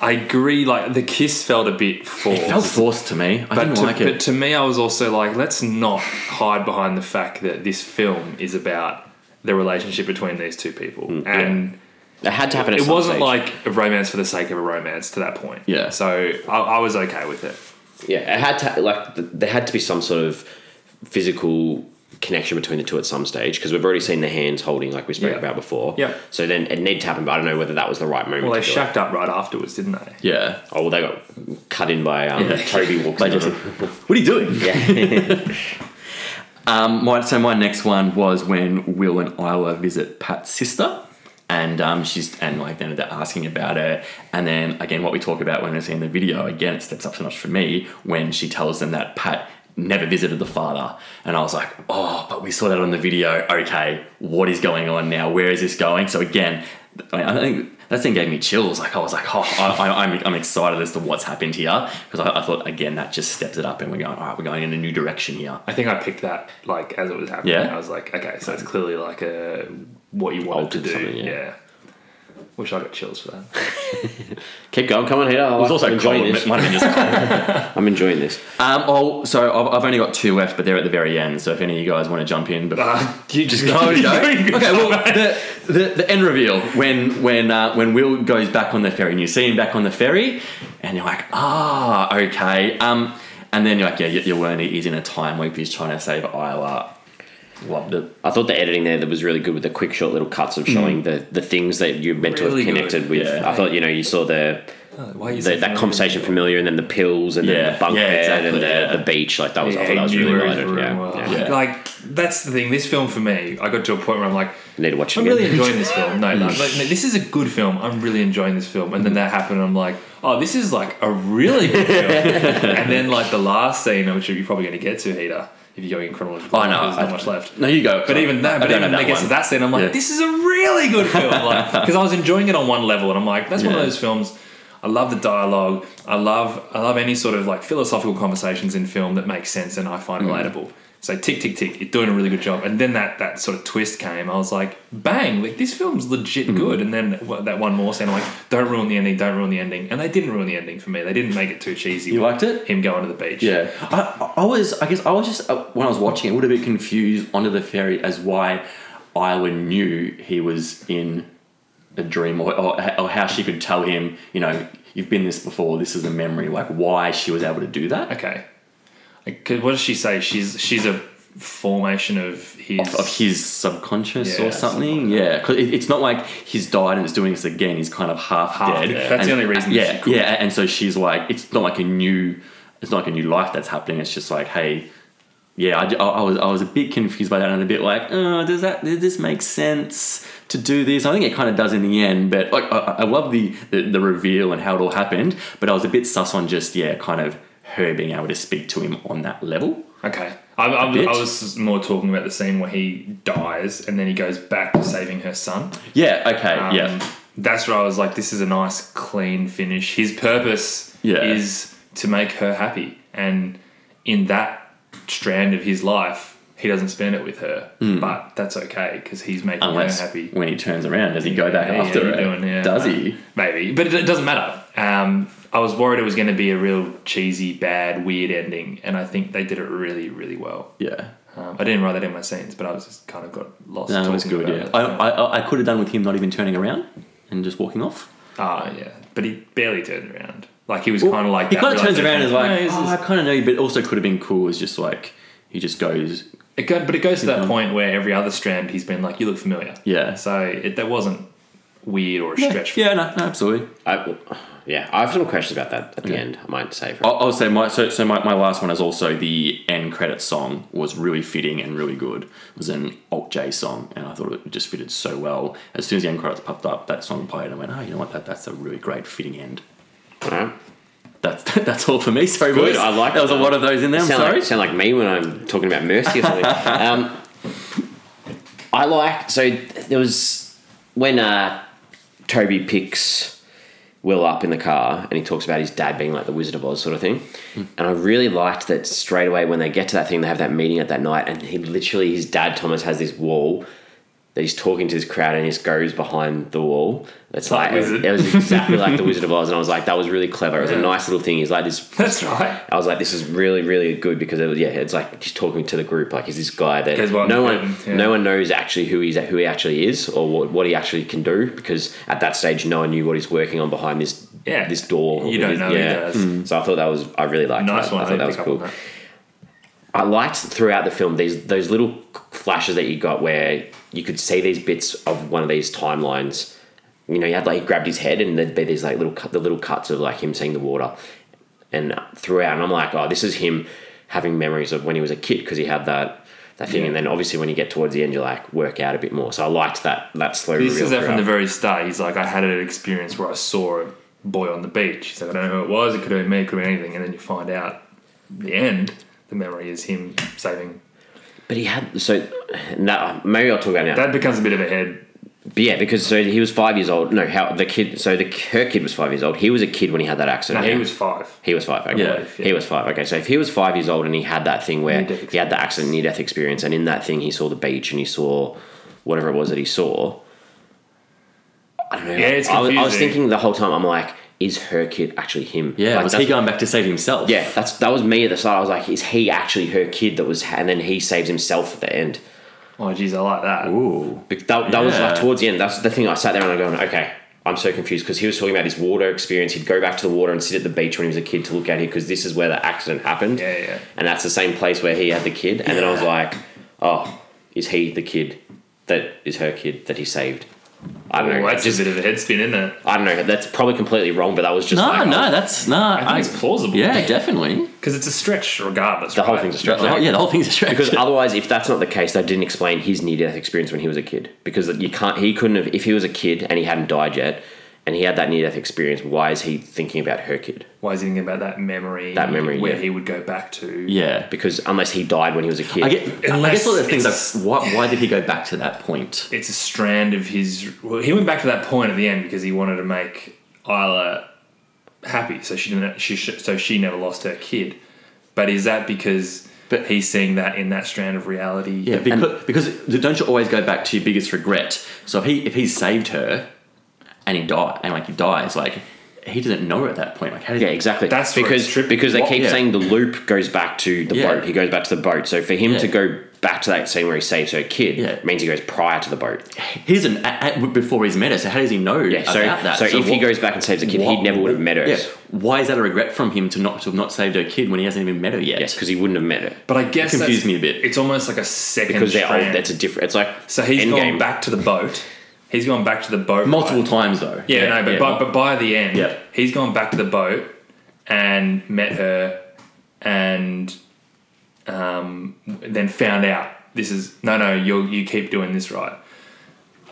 I agree. Like the kiss felt a bit forced. It felt forced to me. I But didn't to, like but it. to me, I was also like, let's not hide behind the fact that this film is about the relationship between these two people, and It had to happen. At it some wasn't stage. like a romance for the sake of a romance to that point. Yeah. So I, I was okay with it. yeah, it had to like th- there had to be some sort of physical connection between the two at some stage because we've already seen the hands holding like we spoke Yeah. about before. Yeah. So then it needed to happen, but I don't know whether that was the right moment. Well, they to do it. shacked up right afterwards, didn't they? yeah. Oh well, they got cut in by um, Yeah. Toby walks. By in. Jesse. What are you doing? Yeah. (laughs) Um, my, so my next one was when Will and Isla visit Pat's sister, and um, she's and like then they're asking about her, and then again what we talk about when we're seeing the video again it steps up so much for me when she tells them that Pat never visited the father, and I was like, oh, but we saw that on the video. Okay, what is going on now? Where is this going? So again, I, mean, I think. That thing gave me chills. Like I was like, oh, I, I, I'm, I'm excited as to what's happened here because I, I thought again that just steps it up, and we're going, all right, we're going in a new direction here. I think I picked that like as it was happening. Yeah. I was like, okay, so it's clearly like a what you wanted Altered to do. something, Yeah. yeah. Wish I got chills for that. (laughs) Keep going. Come on, Heater. It was also I'm enjoying cold. this. Might have been just cold. I'm enjoying this. (laughs) um, oh, so I've, I've only got two left, but they're at the very end. So if any of you guys want to jump in, before (laughs) Uh, you (laughs) just no, no. Okay, well, the, the, the end reveal when when uh, when Will goes back on the ferry and you see him back on the ferry, and you're like, ah, okay. Um, and then you're like, yeah, you, you learn he's in a time loop. He's trying to save Isla. Loved it. I thought the editing there that was really good with the quick short little cuts of showing the, the things that you're meant Mm. Really to have connected good, with. yeah. I thought you know you saw the, Oh, why you the say that conversation familiar and then the pills and Yeah, then the bunk yeah, bed exactly, and the, yeah. the beach like that was I Yeah, thought that was you really were well in the edited. room, Yeah, well. yeah. Yeah. Like that's the thing. This film for me, I got to a point where I'm like, Need to watch it I'm again. really enjoying this film. (laughs) No, no, like, no, this is a good film. I'm really enjoying this film. And then that happened, and I'm like, oh, this is like a really good (laughs) film. and then like the last scene, which you're probably going to get to, Heater, if you're going in chronological, Oh, I know. order, there's I- not much left. No, you go. But even that, but Oh. don't even know when it gets to one. that scene, I'm like, Yeah. this is a really good film. (laughs) Like, because I was enjoying it on one level, and I'm like, that's one of Yeah. those films. I love the dialogue. I love I love any sort of like philosophical conversations in film that make sense and I find Mm. relatable. So tick tick tick, you're doing a really good job. And then that that sort of twist came. I was like, bang! Like this film's Mm. legit good. And then w- that one more scene, I'm like, don't ruin the ending, don't ruin the ending. And they didn't ruin the ending for me. They didn't make it too cheesy. You with liked it? Him going to the beach. Yeah, I, I was. I guess I was just uh, when I was watching it, would have been confused onto the ferry as why Isla knew he was in a dream, or, or, or how she could tell him, you know, you've been this before. This is a memory. Like why she was able to do that Okay. Like, 'cause what does she say? She's she's a formation of his. of, of his subconscious Yeah, or something. Yeah, 'cause it, it's not like he's died and it's doing this again. He's kind of half, Half dead. dead. That's And- the only reason Yeah, she could. yeah, and so she's like, it's not like a new, it's not like a new life that's happening. It's just like, hey, yeah, I, I was I was a bit confused by that and a bit like, oh, does that does this make sense to do this? I think it kind of does in the end, but like I, I love the, the the reveal and how it all happened, but I was a bit sus on just yeah, kind of her being able to speak to him on that level. okay. I, I, was- bit. I was more talking about the scene where he dies and then he goes back to saving her son. Yeah, okay, yeah, Um, That's where I was like, this is a nice, clean finish. His purpose Yeah. is to make her happy. And in that strand of his life, he doesn't spend it with her. But that's okay because he's making Hmm. unless her happy. when he turns around, does he go back Yeah, after yeah, it? you're doing- yeah. uh, Does he? Maybe, but it, it doesn't matter. Um, I was worried it was going to be a real cheesy, bad, weird ending, and I think they did it really, really well. Yeah. Um, I didn't write that in my scenes, but I was just kind of got lost. No, it talking was good. about Yeah, it. I, I, I could have done with him not even turning around and just walking off. Ah, yeah, but he barely turned around. Like he was kind of like he that kind of turns around and is realization, like, "No, this "Oh, is- I kind of know you, but it also could have been cool. Is just like he just goes, It go, but it goes to that point where every other strand he's been like, "You look familiar." Yeah. So it, that wasn't weird or a yeah, stretch. yeah, no, no, absolutely. I, yeah, I have some questions about that at the end. I might save. I'll, I'll say my so so my, my last one is also the end credit song was really fitting and really good. It was an alt J song, and I thought it just fitted so well. As soon as the end credits popped up, that song played, and I went, oh, you know what? That that's a really great fitting end. All right. That's (laughs) that's all for me. Sorry, Good, boys. I like There was a that. lot of those in there. I'm sound sorry. like sound like me when I'm talking about mercy or something. um, I like so there was when uh, Toby picks Will up in the car and he talks about his dad being like the Wizard of Oz sort of thing, and I really liked that straight away when they get to that thing they have that meeting at that night and he literally his dad Thomas has this wall. That he's talking to this crowd and he just goes behind the wall. It's like Wizard. it was exactly like the Wizard of Oz, and I was like, that was really clever. It was a nice little thing. He's like this (laughs) That's right. I was like, this is really, really good because it was, yeah, it's like he's talking to the group. Like, is this guy that Goes behind no the one, curtain, yeah. no one knows actually who he's who he actually is or what, what he actually can do because at that stage, no one knew what he's working on behind this Yeah. this door. You don't His- know yeah. he does. So I thought that was I really liked Nice that. one. I thought that was pick up cool. on that. I liked throughout the film these those little flashes that you got where you could see these bits of one of these timelines. You know, you had like he grabbed his head, and there'd be these like little cut, the little cuts of like him seeing the water, and throughout, and I'm like, oh, this is him having memories of when he was a kid because he had that that thing, and then obviously when you get towards the end, you like work out a bit more. So I liked that that slow. He reveal says that from throughout. the very start. He's like, I had an experience where I saw a boy on the beach. He's like, I don't know who it was. It could have been me. It could have been anything. And then you find out the end. The memory is him saving. but he had so no, maybe I'll talk about it now. That becomes a bit of a head. But yeah, because so he was five years old. No, how the kid? So the her kid was five years old. He was a kid when he had that No, accident. he yeah? was five. He was five. Okay. Yeah, He was five. Okay. So if he was five years old and he had that thing where Near-death he had the accident, near death experience, and in that thing he saw the beach and he saw whatever it was that he saw. I don't know. Yeah, it's I was, I was confusing. thinking the whole time. I'm like, is her kid actually him? yeah, Like, was that's- he going back to save himself? yeah, that's that was me at the start. I was like, is he actually her kid that was, and then he saves himself at the end. Oh, geez, I like that. Ooh. That, that was Yeah. like towards the end. That's the thing. I sat there and I'm going, okay, I'm so confused because he was talking about his water experience. He'd go back to the water and sit at the beach when he was a kid to look at it because this is where the accident happened. Yeah, yeah. And that's the same place where he had the kid. And then I was like, oh, Is he the kid that is her kid that he saved? I don't Well, know. that's Just, a bit of a head spin, isn't it? I don't know. That's probably completely wrong, but that was just No, like, oh, no, that's no. I think I, it's plausible. yeah, definitely. because it's a stretch regardless. the whole right? thing's a The stretch. whole- yeah, the whole thing's a stretch. Because otherwise, if that's not the case, they didn't explain his near-death experience when he was a kid. Because you can't, he couldn't have, if he was a kid and he hadn't died yet, and he had that near-death experience. Why is he thinking about her kid? Why is he thinking about that memory? That memory, where yeah. he would go back to. (laughs) yeah, Because unless he died when he was a kid, I get. I Unless guess all the things it's- like why, why did he go back to that point? it's a strand of his. Well, he went back to that point at the end because he wanted to make Isla happy, so she didn't. She sh- so she never lost her kid. But is that because But- he's seeing that in that strand of reality? Yeah, because, because don't you always go back to your biggest regret? So if he if he saved her, and he died, and like he dies, like he doesn't know her at that point. Like how did yeah, exactly. That's where because it's trippy. because they What- keep yeah. saying the loop goes back to the Yeah. boat. He goes back to the boat. So for him Yeah. to go back to that scene where he saves her kid Yeah. means he goes prior to the boat. he doesn't at, at, before he's met her? So how does he know Yeah. about So that? so, if he what- goes back and saves the kid, he what- never would have met her. Yeah, Yes, why is that a regret from him to not to have not saved her kid when he hasn't even met her yet? because he wouldn't have met her. But I guess It confused that's- me a bit. It's almost like a second Because they're strand. old. That's a different. It's like so he's gone Endgame. back to the boat. He's gone back to the boat Multiple ride. times though. Yeah, no, but, by, but by the end, Yeah. he's gone back to the boat and met her and um, then found out this is no, no, you you keep doing this right.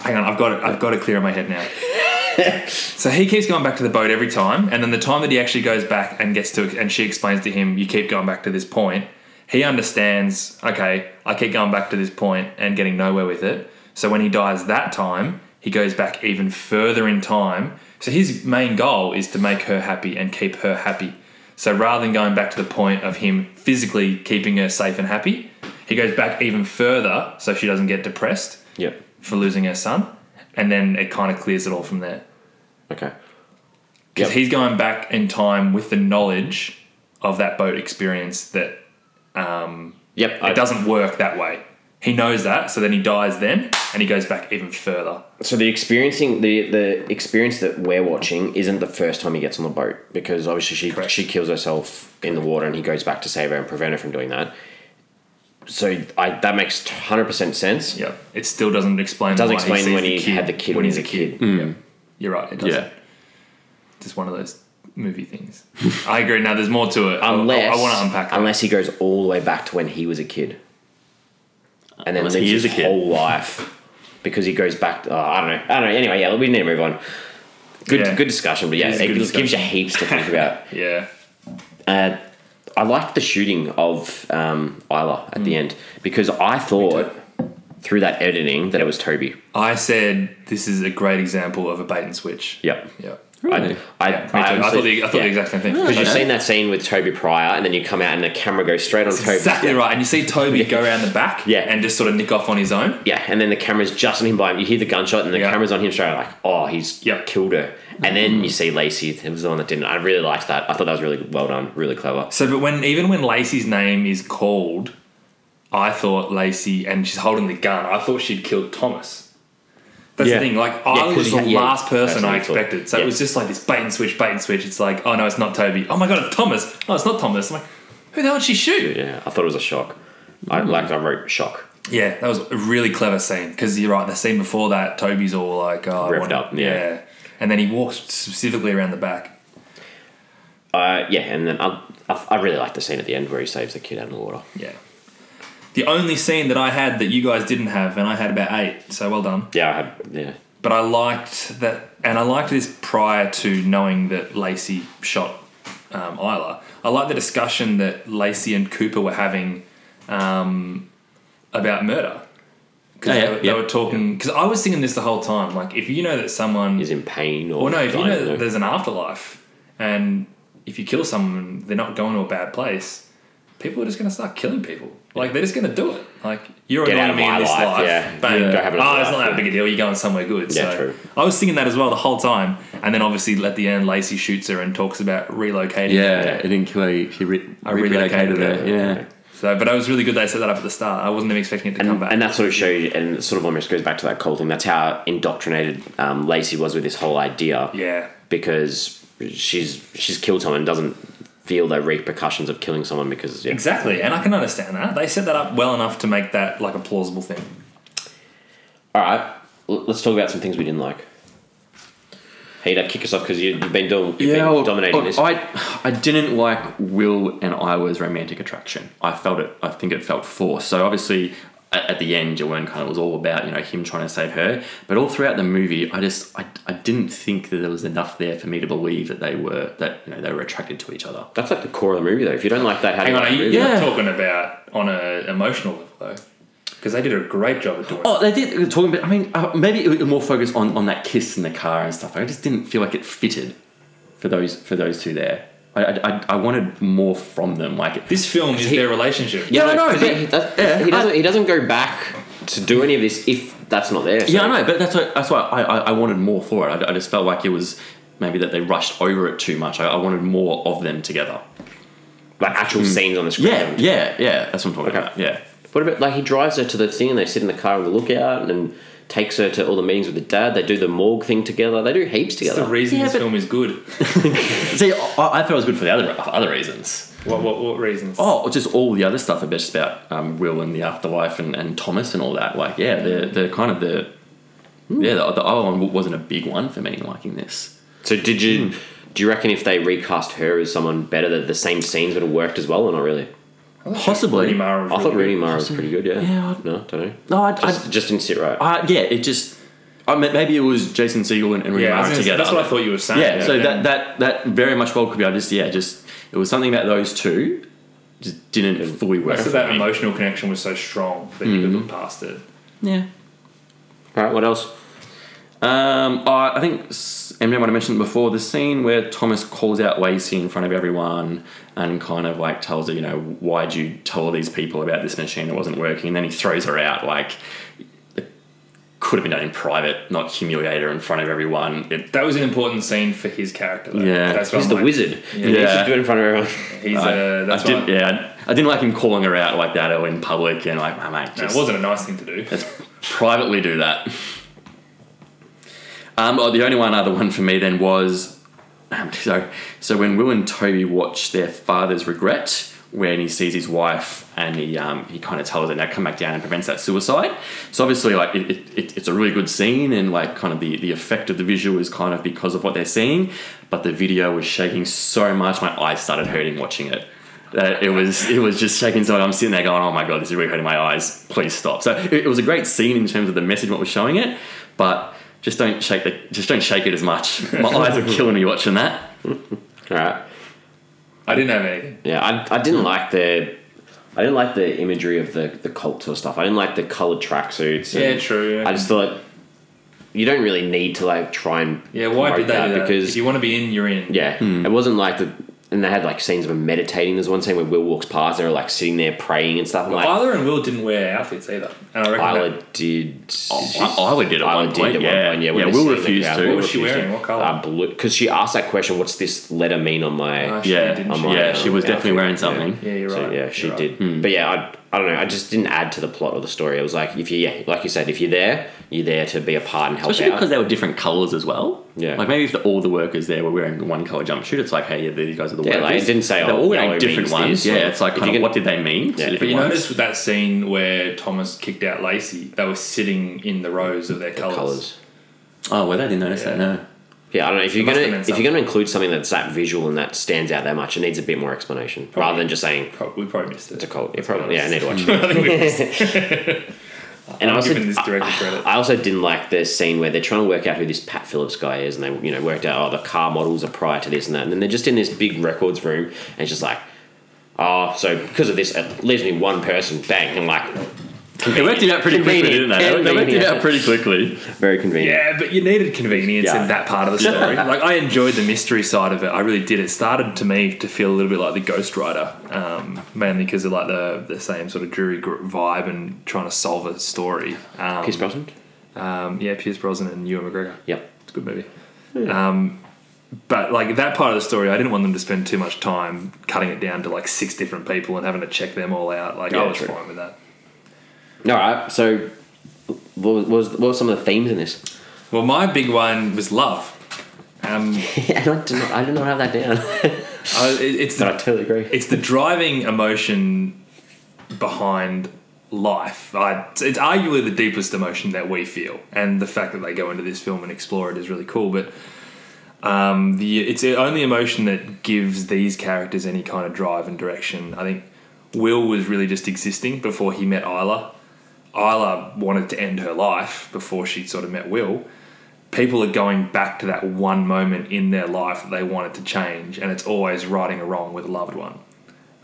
Hang on, I've got it. I've got it clear in my head now. so he keeps going back to the boat every time, and then the time that he actually goes back and gets to, and she explains to him, "You keep going back to this point." He understands. Okay, I keep going back to this point and getting nowhere with it. So when he dies that time, he goes back even further in time. So his main goal is to make her happy and keep her happy. So rather than going back to the point of him physically keeping her safe and happy, he goes back even further so she doesn't get depressed Yeah. for losing her son, and then it kind of clears it all from there. Okay. Because Yep. he's going back in time with the knowledge of that boat experience that Yep. I- it doesn't work that way. He knows that, so then he dies then, and he goes back even further. so the experiencing the the experience that we're watching isn't the first time he gets on the boat because obviously she Correct. she kills herself in the water and he goes back to save her and prevent her from doing that. So I that makes hundred percent sense. Yep. It still doesn't explain. Doesn't why explain sees when the he kid Mm. had the kid when, when he was he's a kid. You're right. It doesn't. yeah. Yeah. Just one of those movie things. (laughs) I agree. Now there's more to it. I- I- Unless I, want to unpack. That. unless he goes all the way back to when he was a kid, and then Unless lives he his is a kid. whole life because he goes back. oh, I don't know. I don't know. Anyway, yeah, we need to move on. Good, Yeah. good discussion, but yeah, is a it, good just gives you discussion. heaps to think (laughs) about. yeah. Uh, I liked the shooting of um, Isla at Hmm. the end because I thought through that editing that it was Toby. I said this is a great example of a bait and switch. Yep. Yeah. Really? I, Yeah, me too. I, thought the, I thought the exact same thing. Because you've (laughs) Okay. seen that scene with Toby Pryor, and then you come out and the camera goes straight on Toby. Exactly right. And you see Toby go around the back Yeah. and just sort of nick off on his own. Yeah, and then the camera's just on him by him. You hear the gunshot, and the Yeah. Hmm. camera's on him straight away, like, oh, he's Yep. killed her. And then you see Lacey, it was the one that didn't. I really liked that. I thought that was really well done, really clever. So, but when even when Lacey's name is called, I thought Lacey and she's holding the gun. I thought she'd killed Thomas. That's Yeah. the thing. Like I 'cause was you the had- yeah, last person person I you thought. expected. So Yeah. it was just like this bait and switch, bait and switch. It's like, oh no, it's not Toby. Oh my god, it's Thomas. No, it's not Thomas. I'm like, who the hell did she shoot? Yeah, I thought it was a shock. I Hmm. like, I wrote shock. Yeah, that was a really clever scene because you're right. The scene before that, Toby's all like, oh, I Revved want- up, yeah. and then he walks specifically around the back. Uh, yeah, and then I, I, I really like the scene at the end where he saves the kid out of the water. Yeah. The only scene that I had that you guys didn't have, and I had about eight, so well done. Yeah, I had, yeah. But I liked that, and I liked this prior to knowing that Lacey shot um, Isla. I liked the discussion that Lacey and Cooper were having um, about murder. Because Oh, yeah, they, were- they yeah. were talking. Because I was thinking this the whole time. Like, if you know that someone He's in pain or. well, no, if you dying, know that there's an afterlife, and if you kill someone, they're not going to a bad place. People are just going to start killing people. Like they're just going to do it. Like you're Get out annoying of me my in this life, life. yeah. Bang. Yeah. Go have oh, another it's not life, that big a deal. You're going somewhere good. Yeah, so true. I was thinking that as well the whole time. And then obviously at the end, Lacey shoots her and talks about relocating. Yeah, it didn't kill her. She re- I relocated relocated her. her. Yeah. So, but I was really good. They set that up at the start. I wasn't even expecting it to come And, back. and that sort of shows, and it sort of almost goes back to that cold thing. That's how indoctrinated um, Lacey was with this whole idea. yeah. Because she's she's killed someone and doesn't feel the repercussions of killing someone because yeah. Exactly, and I can understand that. They set that up well enough to make that like a plausible thing. All right, l- let's talk about some things we didn't like. Peter, kick us off because you, you've been doing, you've been well, dominating look, this. I, I didn't like Will and Iowa's romantic attraction. I felt it. I think it felt forced. So obviously, at, at the end, Joanne kind of was all about you know him trying to save her. But all throughout the movie, I just I, I didn't think that there was enough there for me to believe that they were that you know they were attracted to each other. That's like the core of the movie, though. If you don't like that, how do Hang you on, are like the you movie? you're Yeah. talking about on an emotional level though? Because they did a great job of doing. Oh, they did they were talking about. I mean, uh, maybe it was more focused on on that kiss in the car and stuff. I just didn't feel like it fitted for those for those two there. I I, I- I wanted more from them. Like This film is He- their relationship. Yeah, I know. 'Cause but- he, that- yeah, he doesn't. I- he doesn't go back to do any of this if that's not there. so- yeah, I know, but that's why, that's why I, I, I wanted more for it. I, I just felt like it was maybe that they rushed over it too much. I, I wanted more of them together. Like actual scenes on the screen. Mm. Yeah, yeah, yeah. That's what I'm talking Okay. about. Yeah. What about like he drives her to the thing and they sit in the car on the lookout and takes her to all the meetings with the dad. They do the morgue thing together. They do heaps That's the together. reason Yeah, this but- film is good. See, I, I thought it was good for the other for other reasons. What what what reasons? Oh, just all the other stuff about just about um, Will and the afterlife and, and Thomas and all that. Like, yeah, they're, they're kind of the Hmm. yeah. The, the other one wasn't a big one for me liking this. so did you? Mm. Do you reckon if they recast her as someone better, that the same scenes would have worked as well, or not really? Possibly. Rooney Mara was I thought really Rooney Mara was pretty good. Yeah. Yeah, I- No, don't know. No, I, Just, just didn't sit right. I, I yeah, it just. I mean, maybe it was Jason Siegel and, good. and Rooney Yeah, I was Mara gonna say, together. that's what I thought you were saying. yeah, so and- that, that that very much well could be. I just yeah, just it was something about those two just didn't fully work. so for that me. emotional connection was so strong that you could look past it. yeah. All right. What else? Um, I, I think s- MJ might have mentioned before the scene where Thomas calls out Lacey in front of everyone and kind of like tells her, you know, why'd you tell all these people about this machine that wasn't working? And then he throws her out. Like, it could have been done in private, not humiliate her in front of everyone. It, That was an important scene for his character. Though. Yeah. that's what He's I'm the like, wizard. Yeah. He Yeah. should do it in front of everyone. (laughs) He's I, uh, that's I why did, yeah, I, I didn't like him calling her out like that or in public and like, oh, mate, No, just- it wasn't a nice thing to do. Let's privately do that. Um, oh, the only one other one for me then was um, so so when Will and Toby watch their father's regret when he sees his wife and he um, he kind of tells her now come back down and prevents that suicide. So obviously like it, it, it, it's a really good scene and like kind of the, the effect of the visual is kind of because of what they're seeing, but the video was shaking so much my eyes started hurting watching it. That it was it was just shaking so I'm sitting there going, Oh my god, this is really hurting my eyes, please stop. So it, it was a great scene in terms of the message what was showing it, but just don't shake the, just don't shake it as (laughs) much. My eyes are killing me watching that. All right. I didn't have anything. Yeah, I, I didn't like the I didn't like the imagery of the the cult tour stuff. I didn't like the coloured tracksuits. and Yeah, true, yeah. I just thought you don't really need to like try and Yeah, why promote did they do that? Because if you want to be in, you're in. yeah, Hmm. it wasn't like the and they had like scenes of them meditating. There's one scene where Will walks past, they're like sitting there praying and stuff. I'm like, Isla and Will didn't wear outfits either, and I reckon that- Isla did. Oh, I would did at Isla one did point. at yeah, one point. Yeah, when they yeah. Will see the refused crowd, to. Will What was she refused to. wearing? What colour? Uh, blue because she asked that question. What's this letter mean on my? Ah, shit, yeah, didn't on she? my, yeah. uh, She was definitely outfit? wearing Yeah. something. yeah, you're So, right. yeah, she you're right. did. But yeah, I, I don't know. I just didn't add to the plot or the story. It was like if you, yeah, like you said, if you're there, you're there to be a part and help Especially out. because they were different colours as well. Yeah. Like maybe if the, all the workers there were wearing one colour jumpsuit, it's like, hey, yeah, these guys are the Yeah, workers. like, it didn't say, they're oh, all wearing yellow different means ones. this, yeah, like, it's like if kind you of can- what did they mean? Yeah, So but But different you ones. notice with that scene where Thomas kicked out Lacey, they were sitting in the rows of their colours. colors. Oh, well, they didn't notice that. No. Yeah, I don't know if you're must gonna have meant if you're gonna include something that's that visual and that stands out that much, it needs a bit more explanation rather than just saying Prob- we probably missed it. it's a cult. Yeah, probably. Yeah, I need (laughs) to watch. it. I think we missed it. (laughs) And I I'm also, giving this director credit. I also didn't like the scene where they're trying to work out who this Pat Phillips guy is, and they you know worked out oh the car models are prior to this and that, and then they're just in this big records room, and it's just like, oh, so because of this, it leaves me one person. Bang, and like It worked it out pretty quickly, Convenient. didn't they? They worked it Convenient. out pretty quickly. very convenient. Yeah, but you needed convenience Yeah. in that part of the story. like I enjoyed the mystery side of it. I really did. It started to me to feel a little bit like the Ghost Rider, um, mainly because of like the the same sort of dreary gr- vibe and trying to solve a story. Um, Pierce Brosnan. um, yeah, Pierce Brosnan and Ewan McGregor. Yep. It's a good movie. Um, but like that part of the story, I didn't want them to spend too much time cutting it down to like six different people and having to check them all out. Like I Yeah, was true. fine with that. All right. So, what was, what was what were some of the themes in this? Well, my big one was love. Um, I don't I do not have that down. Uh, it- it's But I the, totally (laughs) agree. it's the driving emotion behind life. I, it's, it's arguably the deepest emotion that we feel, and the fact that they go into this film and explore it is really cool. But um, the it's the only emotion that gives these characters any kind of drive and direction. I think Will was really just existing before he met Isla. Isla wanted to end her life before she sort of met Will. People are going back to that one moment in their life that they wanted to change, and it's always righting a wrong with a loved one.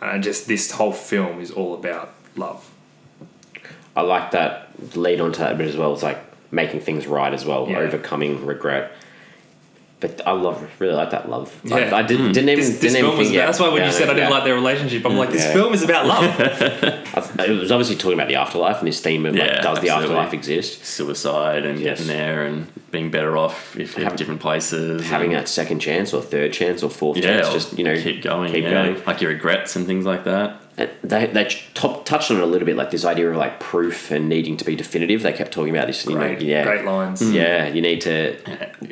Uh, And just this whole film is all about love. I like that lead onto that bit as well. It's like making things right as well, Yeah. overcoming regret. But I love, really like that love. Yeah. I, I didn't, didn't even, This, this didn't even film was think. about, yeah. that's why when Yeah, you said no, I didn't yeah. Mm. like their relationship, I'm like, this Yeah. film is (laughs) about love. I- It was obviously talking about the afterlife and this theme of like, Yeah, does the absolutely. afterlife exist? Suicide and Yes. getting there and being better off if you have different places. Having Hmm. and- that second chance or third chance or fourth Yeah, chance, just you know, keep going. keep yeah. going. Like your regrets and things like that. And They they top, touched on it a little bit, like this idea of like proof and needing to be definitive. They kept talking about this, you Great, know, yeah, Mm. great lines. Hmm. Yeah, you need to.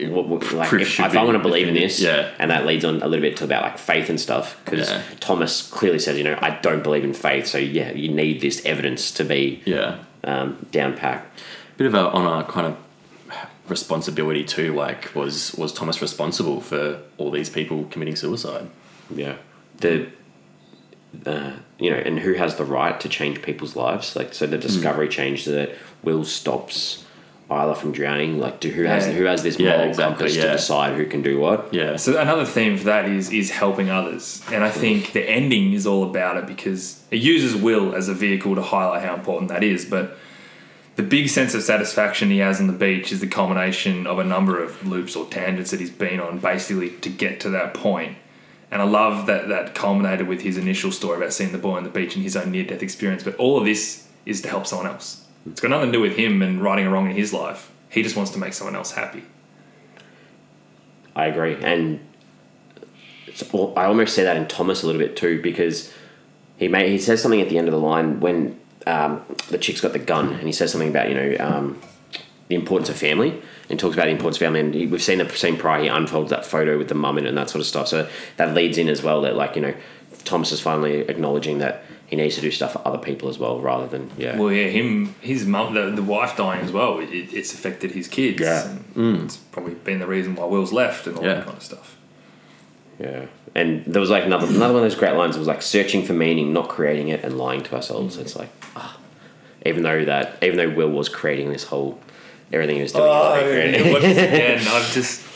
What, what, like, Proof if, should if I be want to believe in definitive, this, yeah. and that leads on a little bit to about like faith and stuff, because Yeah. Thomas clearly says, you know, I don't believe in faith, so yeah, you need this evidence to be Yeah. um, down pat. bit of a on a kind of responsibility too like was was thomas responsible for all these people committing suicide Yeah. The, uh, you know, and who has the right to change people's lives? Like, so the Hmm. discovery change that Will stops Isla from drowning. Like, do who has Yeah. who has this Yeah, moral exactly, compass yeah. to decide who can do what? yeah So another theme for that is is helping others, and I think the ending is all about it because it uses will as a vehicle to highlight how important that is. But the big sense of satisfaction he has on the beach is the culmination of a number of loops or tangents that he's been on, basically to get to that point. And I love that that culminated with his initial story about seeing the boy on the beach and his own near death experience. But all of this is to help someone else. It's got nothing to do with him and righting a wrong in his life. He just wants to make someone else happy. I agree, and it's, al- I almost say that in Thomas a little bit too because he may he says something at the end of the line when um, the chick's got the gun, and he says something about you know um, the importance of family, and talks about the importance of family. And he, we've seen the same prior. He unfolds that photo with the mum in it and that sort of stuff. So that leads in as well that like you know Thomas is finally acknowledging that he needs to do stuff for other people as well, rather than yeah. Well, yeah, him, his mum, the, the wife dying as well. It, it's affected his kids. Yeah. Mm. and It's probably been the reason why Will's left and all Yeah. that kind of stuff. Yeah. And there was like another another one of those great lines was like searching for meaning, not creating it, and lying to ourselves. It's like ah, even though that even though Will was creating this whole everything he was doing, was being created. (laughs) Oh, yeah, what- again, I've just.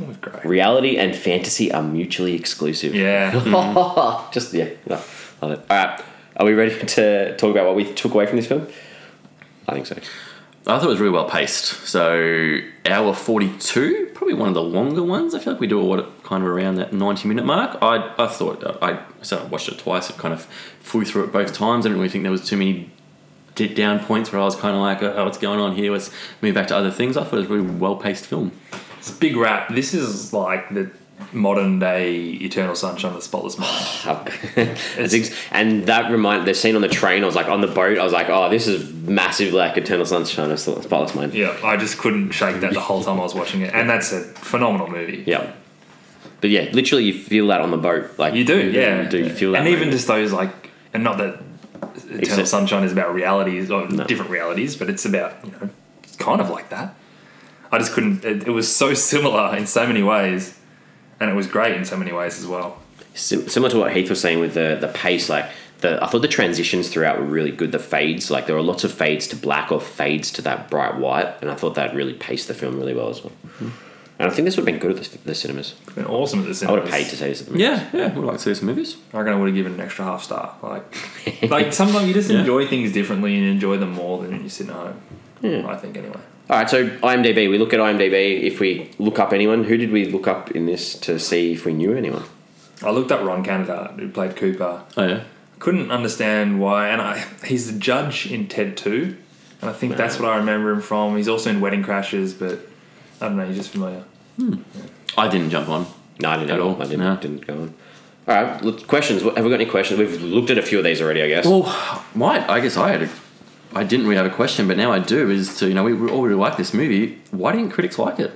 It was great. reality and fantasy are mutually exclusive. Ah, Yeah. Just yeah, no, love it. All right, are we ready to talk about what we took away from this film? I think so. i thought it was really well paced so hour 42 probably one of the longer ones i feel like we do a lot kind of around that 90 minute mark i i thought i so i watched it twice i kind of flew through it both times i didn't really think there was too many d- down points where i was kind of like oh what's going on here let's move back to other things i thought it was a really well paced film It's a big rap. This is like the modern day Eternal Sunshine of the Spotless (sighs) Mind. (laughs) It's ex- and that remind the scene on the train. I was like on the boat. I was like, oh, this is massive, like Eternal Sunshine of the Spotless Mind. Yeah, I just couldn't shake that the whole time I was watching it. And that's a phenomenal movie. Yeah. But yeah, literally, you feel that on the boat. Like You do, yeah. you do. You feel that, and even moment. just those like, and not that Eternal Except- Sunshine is about realities or No. different realities, but it's about you know, it's kind of like that. I just couldn't. It, it was so similar in so many ways, and it was great in so many ways as well. Sim- similar to what Heath was saying with the the pace. Like the, I thought the transitions throughout were really good. The fades, like there were lots of fades to black or fades to that bright white, and I thought that really paced the film really well as well. Hmm. And I think this would have been good at the, the cinemas. It's been awesome at the I cinema. would have paid to see this. At the yeah yeah would like to see some movies I reckon I would have given an extra half star. Like, (laughs) like sometimes you just Yeah. enjoy things differently and enjoy them more than when you sit at home. I think anyway. All right, so IMDb. We look at IMDb. If we look up anyone, who did we look up in this to see if we knew anyone? I looked up Ron Canada, who played Cooper. oh yeah couldn't understand why. And I, he's the judge in Ted Two, and I think that's what I remember him from. He's also in Wedding Crashes, but I don't know. He's just familiar. i didn't jump on No, I didn't At know. all? I didn't, No. didn't go on. All right, look, questions. Have we got any questions? We've looked at a few of these already, I guess. Well, my I guess I had a, I didn't really have a question, but now I do. Is to you know we all really like this movie. Why didn't critics like it?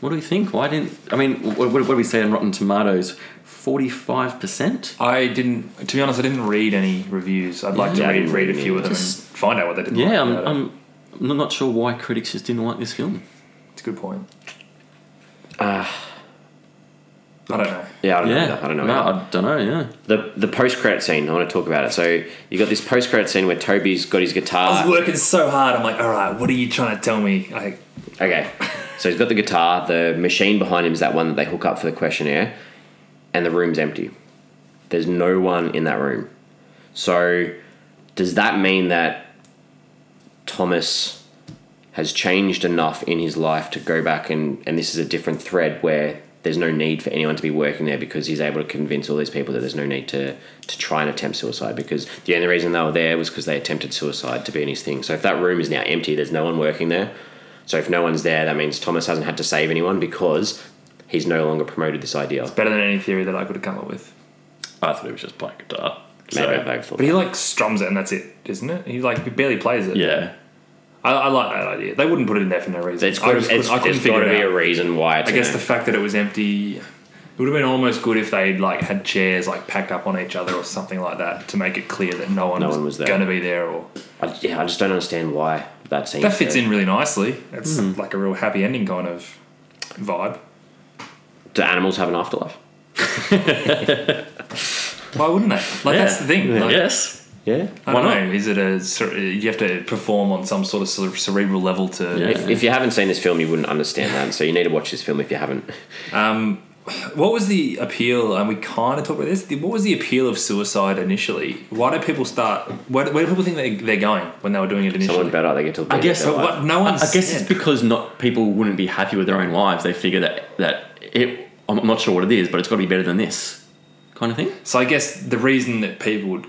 What do we think? Why didn't I mean? What, what, what do we say on Rotten Tomatoes? Forty-five percent. I didn't. To be honest, I didn't read any reviews. I'd like to Yeah, I read, didn't read a read few any of them Just- and find out what they didn't like Yeah, I'm, about it. I'm I'm not sure why critics just didn't like this film. It's a good point. Ah. Uh, I don't know. Yeah, I don't know. Yeah, either. I don't know. No, either. I don't know. Yeah, The the post credit scene. I want to talk about it. So you got this post credit scene where Toby's got his I guitar. was working so hard. I'm like, all right, what are you trying to tell me? Like, Okay, so he's got the guitar. The machine behind him is that one that they hook up for the questionnaire, and the room's empty. There's no one in that room. So does that mean that Thomas has changed enough in his life to go back and and this is a different thread where there's no need for anyone to be working there because he's able to convince all these people that there's no need to to try and attempt suicide because the only reason they were there was because they attempted suicide to be in his thing. So if that room is now empty, there's no one working there. So if no one's there, that means Thomas hasn't had to save anyone because he's no longer promoted this idea. better than any theory that I could have come up with. I thought it was just playing guitar. Maybe So, I've overthought But he that. like strums it and that's it, isn't it? He like barely plays it. yeah, I, I like that idea. They wouldn't put it in there for no reason. It's I got, just couldn't- it's, I there's couldn't got figure to be it a out. reason why. It's I guess the fact that it was empty. It would have been almost good if they'd like had chairs like packed up on each other or something like that to make it clear that no one, No was, one was there. going to be there. Or I, yeah, I just don't understand why that scene. that fits in really nicely. It's Hmm. like a real happy ending kind of vibe. Do animals have an afterlife? Why wouldn't they? Like that's the thing. Like, yes. Yeah. I don't Why know. Is it a cere- you have to perform on some sort of, sort of cerebral level to? Yeah. If, if you haven't seen this film, you wouldn't understand that. So you need to watch this film if you haven't. (laughs) Um, what was the appeal? And we kind of talked about this. the- What was the appeal of suicide initially? Why do people start? Where, where do people think they, they're going when they were doing it Someone initially? better. They get to. I guess But what, no I, I one's. guess it's yeah. because not people wouldn't be happy with their own lives. They figure that that it. I'm not sure what it is, but it's got to be better than this, kind of thing. so. I guess the reason that people would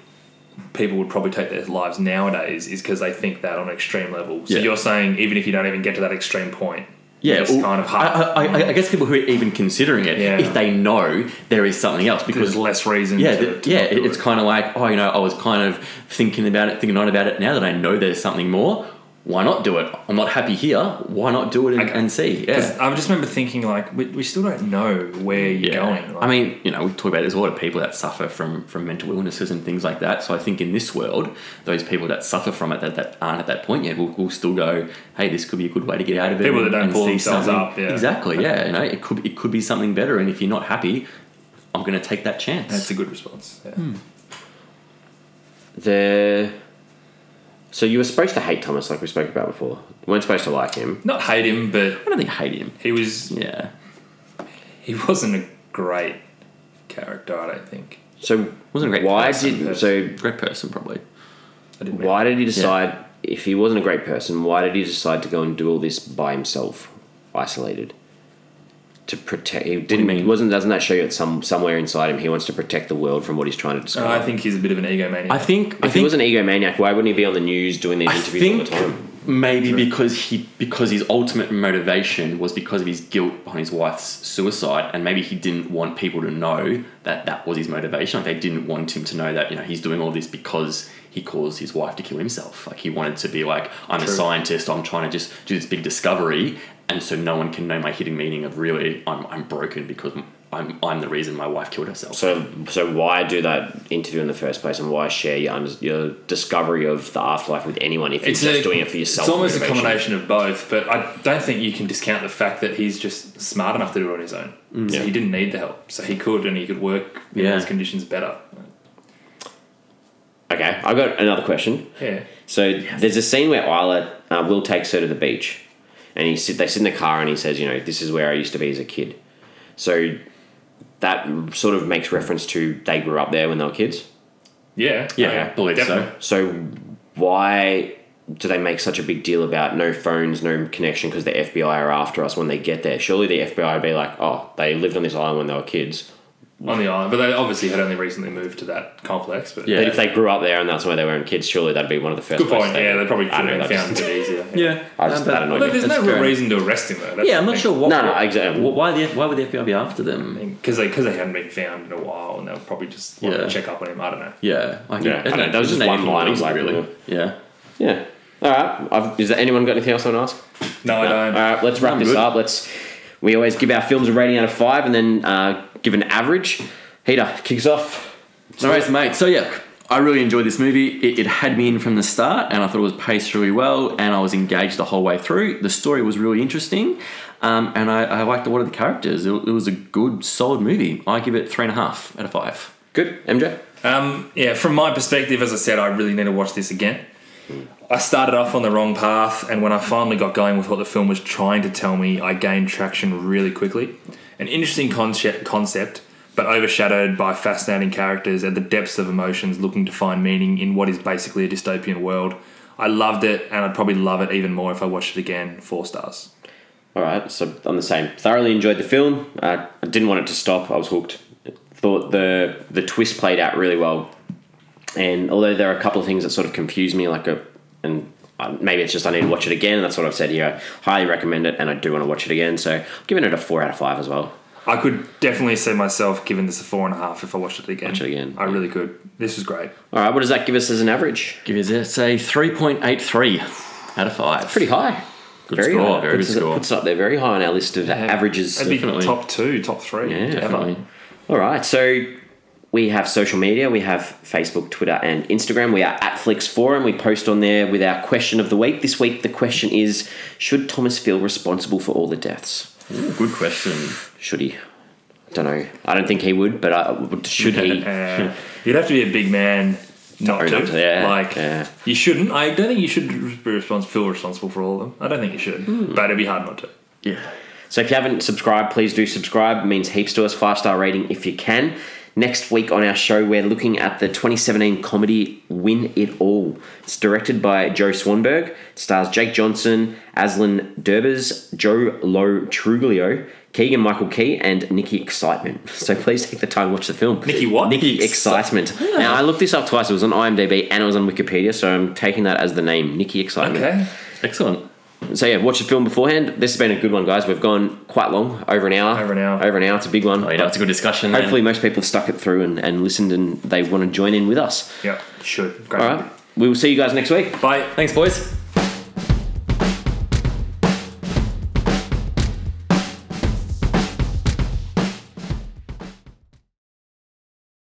people would probably take their lives nowadays is because they think that on an extreme level. So Yeah. you're saying even if you don't even get to that extreme point, Yeah, it's or- kind of I, hard. I, I, I guess people who are even considering it, Yeah. if they know there is something else, because there's less reason. yeah, to, th- to yeah, not do it- it's it. kind of like oh, you know, I was kind of thinking about it, thinking on about it. Now that I know there's something more, why not do it? I'm not happy here. Why not do it and, Okay. and see? Yeah. 'Cause I just remember thinking like we, we still don't know where you're Yeah. going. Like, I mean, you know, we talk about there's a lot of people that suffer from, from mental illnesses and things like that. So I think in this world, those people that suffer from it that, that aren't at that point yet will, will still go, "Hey, this could be a good way to get out of it." People that don't pull see themselves something- up, yeah. Exactly. Yeah. You know, it could it could be something better. And if you're not happy, I'm going to take that chance. that's a good response. Yeah. hmm. The. So you were supposed to hate Thomas, like we spoke about before. You weren't supposed to like him. Not hate him, but I don't think I hate him. he was Yeah. he wasn't a great character. I don't think. So Wasn't a great why person, did but- so Great person, probably. I didn't Why did he decide if he wasn't a great person? Why did he decide to go and do all this by himself, isolated? To protect, he didn't. mean? Wasn't doesn't that show you that some somewhere inside him he wants to protect the world from what he's trying to mean- discover? I think he's a bit of an egomaniac. I think. I if he Uh, think was an egomaniac, why wouldn't he be on the news doing these I interviews all the time? Maybe because he because his ultimate motivation was because of his guilt behind his wife's suicide, and maybe he didn't want people to know that that was his motivation. Like they didn't want him to know that you know he's doing all this because he caused his wife to kill himself. Like he wanted to be like I'm a True. scientist. I'm trying to just do this big discovery, and so no one can know my hidden meaning of really I'm I'm broken because I'm I'm the reason my wife killed herself. So, so why do that interview in the first place, and why share your under, your discovery of the afterlife with anyone if you're just doing it for yourself? It's almost a motivation? combination of both, but I don't think you can discount the fact that he's just smart enough to do it on his own. So Yeah. he didn't need the help. So he could and he could work in Mm. Yeah. those conditions better. Okay, I got another question. Yeah. So there's a scene where Isla uh, Will takes her to the beach, and he sit, they sit in the car, and he says, "You know, this is where I used to be as a kid." So that sort of makes reference to they grew up there when they were kids. Yeah. yeah, okay, I believe definitely. So why do they make such a big deal about no phones, no connection because the FBI are after us when they get there? Surely the FBI would be like, "Oh, they lived on this island when they were kids." On the island. But they obviously had only recently moved to that complex. But Yeah. But if they grew up there and that's where they were in kids, surely that'd be one of the first. Good point. places they- Yeah, they probably could I don't know, have that found it a bit easier. so. (laughs) Yeah, I just- Um, but- I don't know. Although there's That's no real fair. reason to arrest him though. That's Yeah, I'm not sure what. No, no, exactly. wh- Why the why would the FBI be after them? Because they, 'cause they hadn't been found in a while and they'll probably just want Yeah. to check up on him. I don't know. Yeah, I Yeah, I know, that was just one line, I was like, really. Yeah, Yeah. All right. I've, is there anyone got anything else I want to ask? No, I don't. All right, let's wrap I'm this good. up. Let's We always give our films a rating out of five and then uh, give an average. Heater kicks off. No worries, mate. So yeah, I really enjoyed this movie. It, it had me in from the start, and I thought it was paced really well, and I was engaged the whole way through. The story was really interesting, um, and I, I liked a lot of the characters. It, it was a good, solid movie. I give it three and a half out of five. Good, MJ. Um, yeah, from my perspective, as I said, I really need to watch this again. I started off on the wrong path, and when I finally got going with what the film was trying to tell me, I gained traction really quickly. An interesting concept, concept but overshadowed by fascinating characters and the depths of emotions looking to find meaning in what is basically a dystopian world. I loved it, and I'd probably love it even more if I watched it again. Four stars. All right, so I'm the same. Thoroughly enjoyed the film. Uh, I didn't want it to stop. I was hooked. Thought the the twist played out really well, and although there are a couple of things that sort of confused me, like a and uh, maybe it's just I need to watch it again. And that's what I've said here. I highly recommend it, and I do want to watch it again. So I'm giving it a four out of five as well. I could definitely see myself giving this a four and a half if I watched it again. Watch it again, I really could. This is great. All right, what does that give us as an average? Give it a say three point eight three out of five. Pretty high. good score. high. Very good puts, us- score. puts us up there very high on our list of averages. That'd be Definitely. top two, top three. Yeah, ever. (laughs) Definitely. All right, so we have social media. We have Facebook, Twitter, and Instagram. We are at Flix Forum. We post on there with our question of the week. This week, the question is: Should Thomas feel responsible for all the deaths? Good question. Should he? I don't know. I don't think he would, but I, should (laughs) he? Uh, you'd have to be a big man not Sorry, to. not to, yeah, like yeah. you shouldn't. I don't think you should be respons- feel responsible for all of them. I don't think you should, Hmm. but it'd be hard not to. Yeah. So if you haven't subscribed, please do subscribe. It means heaps to us. Five star rating if you can. Next week on our show, we're looking at the 2017 comedy Win It All. It's directed by Joe Swanberg. It stars Jake Johnson, Aslan Derbers, Joe Lo Truglio, Keegan Michael Key, and Nikki Excitement. (laughs) So please take the time to watch the film. Nikki what? Nikki Excitement. Now, I looked this up twice. It was on IMDb and it was on Wikipedia, so I'm taking that as the name, Nikki Excitement. Okay. Excellent. So yeah, watch the film beforehand. This has been a good one, guys. We've gone quite long, over an hour. Over an hour. Over an hour. It's a big one. Oh, you know, it's a good discussion. then. Hopefully, most people have stuck it through and, and listened, and they want to join in with us. Yeah. Should. Great. All right, we will see you guys next week. Bye. Thanks, boys.